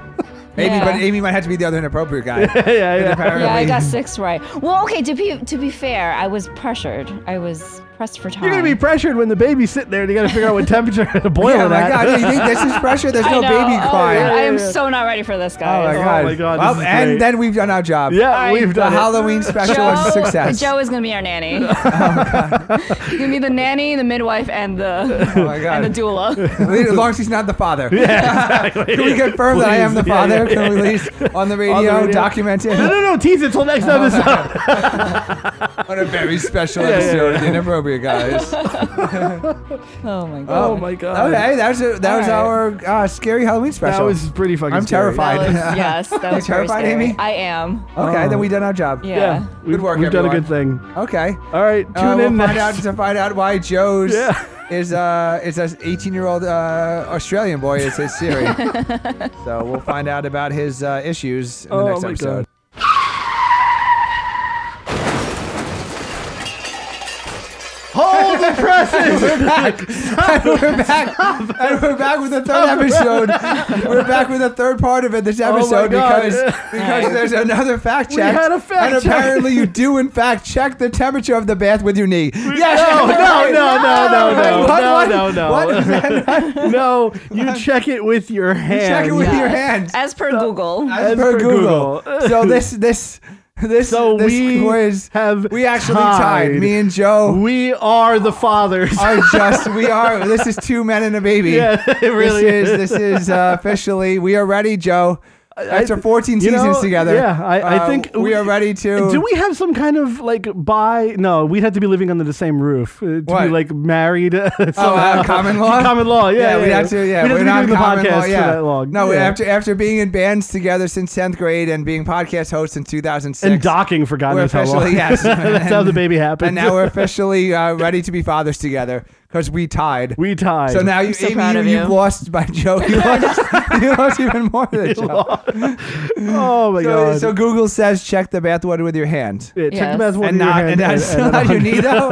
Speaker 2: Amy,
Speaker 5: Yeah.
Speaker 2: but Amy might have to be the other inappropriate guy.
Speaker 1: yeah, yeah.
Speaker 2: Apparently.
Speaker 5: Yeah, I got six right. Well, okay. To be to be fair, I was pressured. I was pressed for time.
Speaker 1: You're gonna be pressured when the baby's sitting there and you gotta figure out what temperature to boil
Speaker 2: Yeah,
Speaker 1: it
Speaker 2: my
Speaker 1: at.
Speaker 2: god, you think this is pressure? There's
Speaker 5: I
Speaker 2: no
Speaker 5: know.
Speaker 2: baby
Speaker 5: Oh,
Speaker 2: crying.
Speaker 5: I am
Speaker 1: yeah.
Speaker 5: so not ready for this,
Speaker 2: Oh my
Speaker 5: guys.
Speaker 2: god.
Speaker 1: my God,
Speaker 2: Well,
Speaker 1: this is
Speaker 2: and
Speaker 1: great.
Speaker 2: then we've done our job.
Speaker 1: yeah,
Speaker 5: I-
Speaker 1: we've
Speaker 2: The
Speaker 1: done it.
Speaker 2: Halloween special was a success.
Speaker 5: Joe is gonna be our nanny. you gonna be the nanny, the midwife, and the
Speaker 2: oh my
Speaker 5: and the
Speaker 2: god.
Speaker 5: doula.
Speaker 2: As long as he's not the father.
Speaker 1: Yeah, exactly.
Speaker 2: Can we confirm that I am the
Speaker 1: Please. Yeah,
Speaker 2: father?
Speaker 1: yeah,
Speaker 2: Can we
Speaker 1: yeah.
Speaker 2: at least on the radio,
Speaker 1: radio.
Speaker 2: document
Speaker 1: No,
Speaker 2: it
Speaker 1: no, no, tease it till next
Speaker 2: Oh,
Speaker 1: episode.
Speaker 2: on a very special
Speaker 1: yeah,
Speaker 2: episode of The Inappropriate Guys?
Speaker 5: Oh my god.
Speaker 1: oh my god.
Speaker 2: Okay, that was a, that was
Speaker 5: All
Speaker 2: our uh, scary Halloween
Speaker 1: That
Speaker 2: special.
Speaker 1: was pretty fucking
Speaker 2: I'm
Speaker 1: scary.
Speaker 2: terrified.
Speaker 5: That was, yes, that was very
Speaker 2: terrified,
Speaker 5: scary.
Speaker 2: Amy?
Speaker 5: I am.
Speaker 2: okay,
Speaker 1: Oh.
Speaker 2: then we done our job.
Speaker 5: Yeah.
Speaker 1: Yeah. We've,
Speaker 2: work,
Speaker 1: We've done a
Speaker 2: everyone.
Speaker 1: good thing.
Speaker 2: Okay.
Speaker 1: All right, tune
Speaker 2: Uh, we'll
Speaker 1: in
Speaker 2: find
Speaker 1: next.
Speaker 2: out to find out why Joe's
Speaker 1: Yeah.
Speaker 2: is uh is an 18 year old uh, Australian boy is his Siri. so we'll find out about his uh, issues in the
Speaker 1: Oh
Speaker 2: next
Speaker 1: my
Speaker 2: episode.
Speaker 1: God. Hold the presses.
Speaker 2: and we're back. And we're back with the third episode. We're back with the third part of it this
Speaker 1: Oh my
Speaker 2: episode
Speaker 1: God.
Speaker 2: because because there's another fact check.
Speaker 1: had a fact
Speaker 2: and
Speaker 1: check.
Speaker 2: apparently you do in fact check the temperature of the bath with your knee. Yes.
Speaker 1: no, no, no, no, no, no, no,
Speaker 2: What, what,
Speaker 1: no, no.
Speaker 2: What?
Speaker 1: no, you check it with your hand.
Speaker 2: check it with
Speaker 5: Yeah.
Speaker 2: your hands.
Speaker 5: As per Google.
Speaker 2: As,
Speaker 1: As
Speaker 2: per,
Speaker 1: per
Speaker 2: Google.
Speaker 1: Google.
Speaker 2: so this this this
Speaker 1: So
Speaker 2: this
Speaker 1: we
Speaker 2: quiz
Speaker 1: have
Speaker 2: we actually tied.
Speaker 1: tied.
Speaker 2: Me and Joe
Speaker 1: We are the fathers.
Speaker 2: are just we are. This is two men and a baby.
Speaker 1: yeah, it really
Speaker 2: this is, this is uh, officially we are ready, Joe. After 14
Speaker 1: you know,
Speaker 2: seasons together,
Speaker 1: yeah, I- I
Speaker 2: uh,
Speaker 1: think
Speaker 2: we,
Speaker 1: we-
Speaker 2: are ready to.
Speaker 1: Do we have some kind of like by? No, we'd have to be living under the same roof uh, to
Speaker 2: What?
Speaker 1: be like married. uh,
Speaker 2: Oh,
Speaker 1: somehow.
Speaker 2: uh, common law.
Speaker 1: Common law. Yeah,
Speaker 2: we have to. Yeah,
Speaker 1: we'd
Speaker 2: we're
Speaker 1: have to
Speaker 2: not
Speaker 1: be doing the
Speaker 2: common
Speaker 1: podcast
Speaker 2: law, yeah.
Speaker 1: for that long.
Speaker 2: No,
Speaker 1: yeah.
Speaker 2: after after being in bands together since 10th grade and being podcast hosts in 2006,
Speaker 1: and docking for God
Speaker 2: We're
Speaker 1: knows how long.
Speaker 2: officially- yes.
Speaker 1: that's how the baby happened.
Speaker 2: and now we're officially uh, ready to be fathers together because we tied.
Speaker 1: we tied.
Speaker 2: so now you,
Speaker 5: so
Speaker 2: Amy,
Speaker 5: proud
Speaker 2: you,
Speaker 5: of
Speaker 2: you've
Speaker 5: you.
Speaker 2: lost by Joe. You lost, you lost even more than Joe.
Speaker 1: oh my
Speaker 2: So,
Speaker 1: god.
Speaker 2: so Google says check the bathwater with your hand.
Speaker 1: yeah, check
Speaker 5: Yes.
Speaker 1: the bath water
Speaker 2: and
Speaker 1: in your
Speaker 2: not
Speaker 1: hand
Speaker 2: and that's
Speaker 1: and- and
Speaker 2: not your
Speaker 1: then-
Speaker 2: knee though.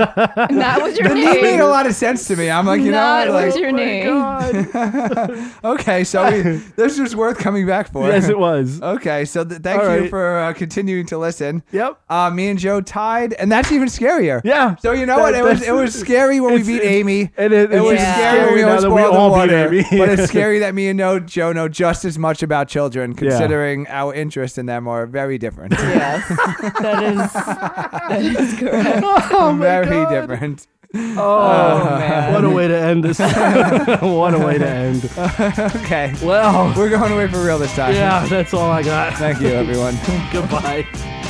Speaker 5: Not with your
Speaker 2: The knee made
Speaker 5: name.
Speaker 2: a lot of sense to me. I'm like, you
Speaker 5: Not
Speaker 2: know, what,
Speaker 5: with
Speaker 2: like,
Speaker 5: your
Speaker 1: Oh my
Speaker 5: name.
Speaker 1: God.
Speaker 2: okay, so we, this was worth coming back for.
Speaker 1: yes, it was.
Speaker 2: Okay, so th- thank
Speaker 1: All
Speaker 2: you
Speaker 1: right.
Speaker 2: for uh, continuing to listen.
Speaker 1: Yep.
Speaker 2: Uh, me and Joe tied, and that's even scarier.
Speaker 1: Yeah.
Speaker 2: So you know
Speaker 1: That-
Speaker 2: what? It was
Speaker 1: that's-
Speaker 2: it was scary when we
Speaker 1: it's-
Speaker 2: beat
Speaker 1: it's-
Speaker 2: Amy.
Speaker 1: and it-
Speaker 2: it
Speaker 1: it's
Speaker 2: was
Speaker 5: Yeah.
Speaker 2: scary when
Speaker 1: scary
Speaker 2: we
Speaker 1: now
Speaker 2: almost
Speaker 1: that we
Speaker 2: boiled the
Speaker 1: all beat
Speaker 2: water.
Speaker 1: Amy.
Speaker 2: but it's scary that me and no Joe know just as much about children, considering our interest in them are very different.
Speaker 5: Yes, that is that is correct.
Speaker 1: Oh my
Speaker 2: very
Speaker 1: God.
Speaker 2: different.
Speaker 1: Oh,
Speaker 5: man.
Speaker 1: what a way to end this. what a way to end.
Speaker 2: Okay,
Speaker 1: Well,
Speaker 2: we're going away for real this time.
Speaker 1: yeah, that's all I got.
Speaker 2: Thank you, everyone.
Speaker 1: Goodbye.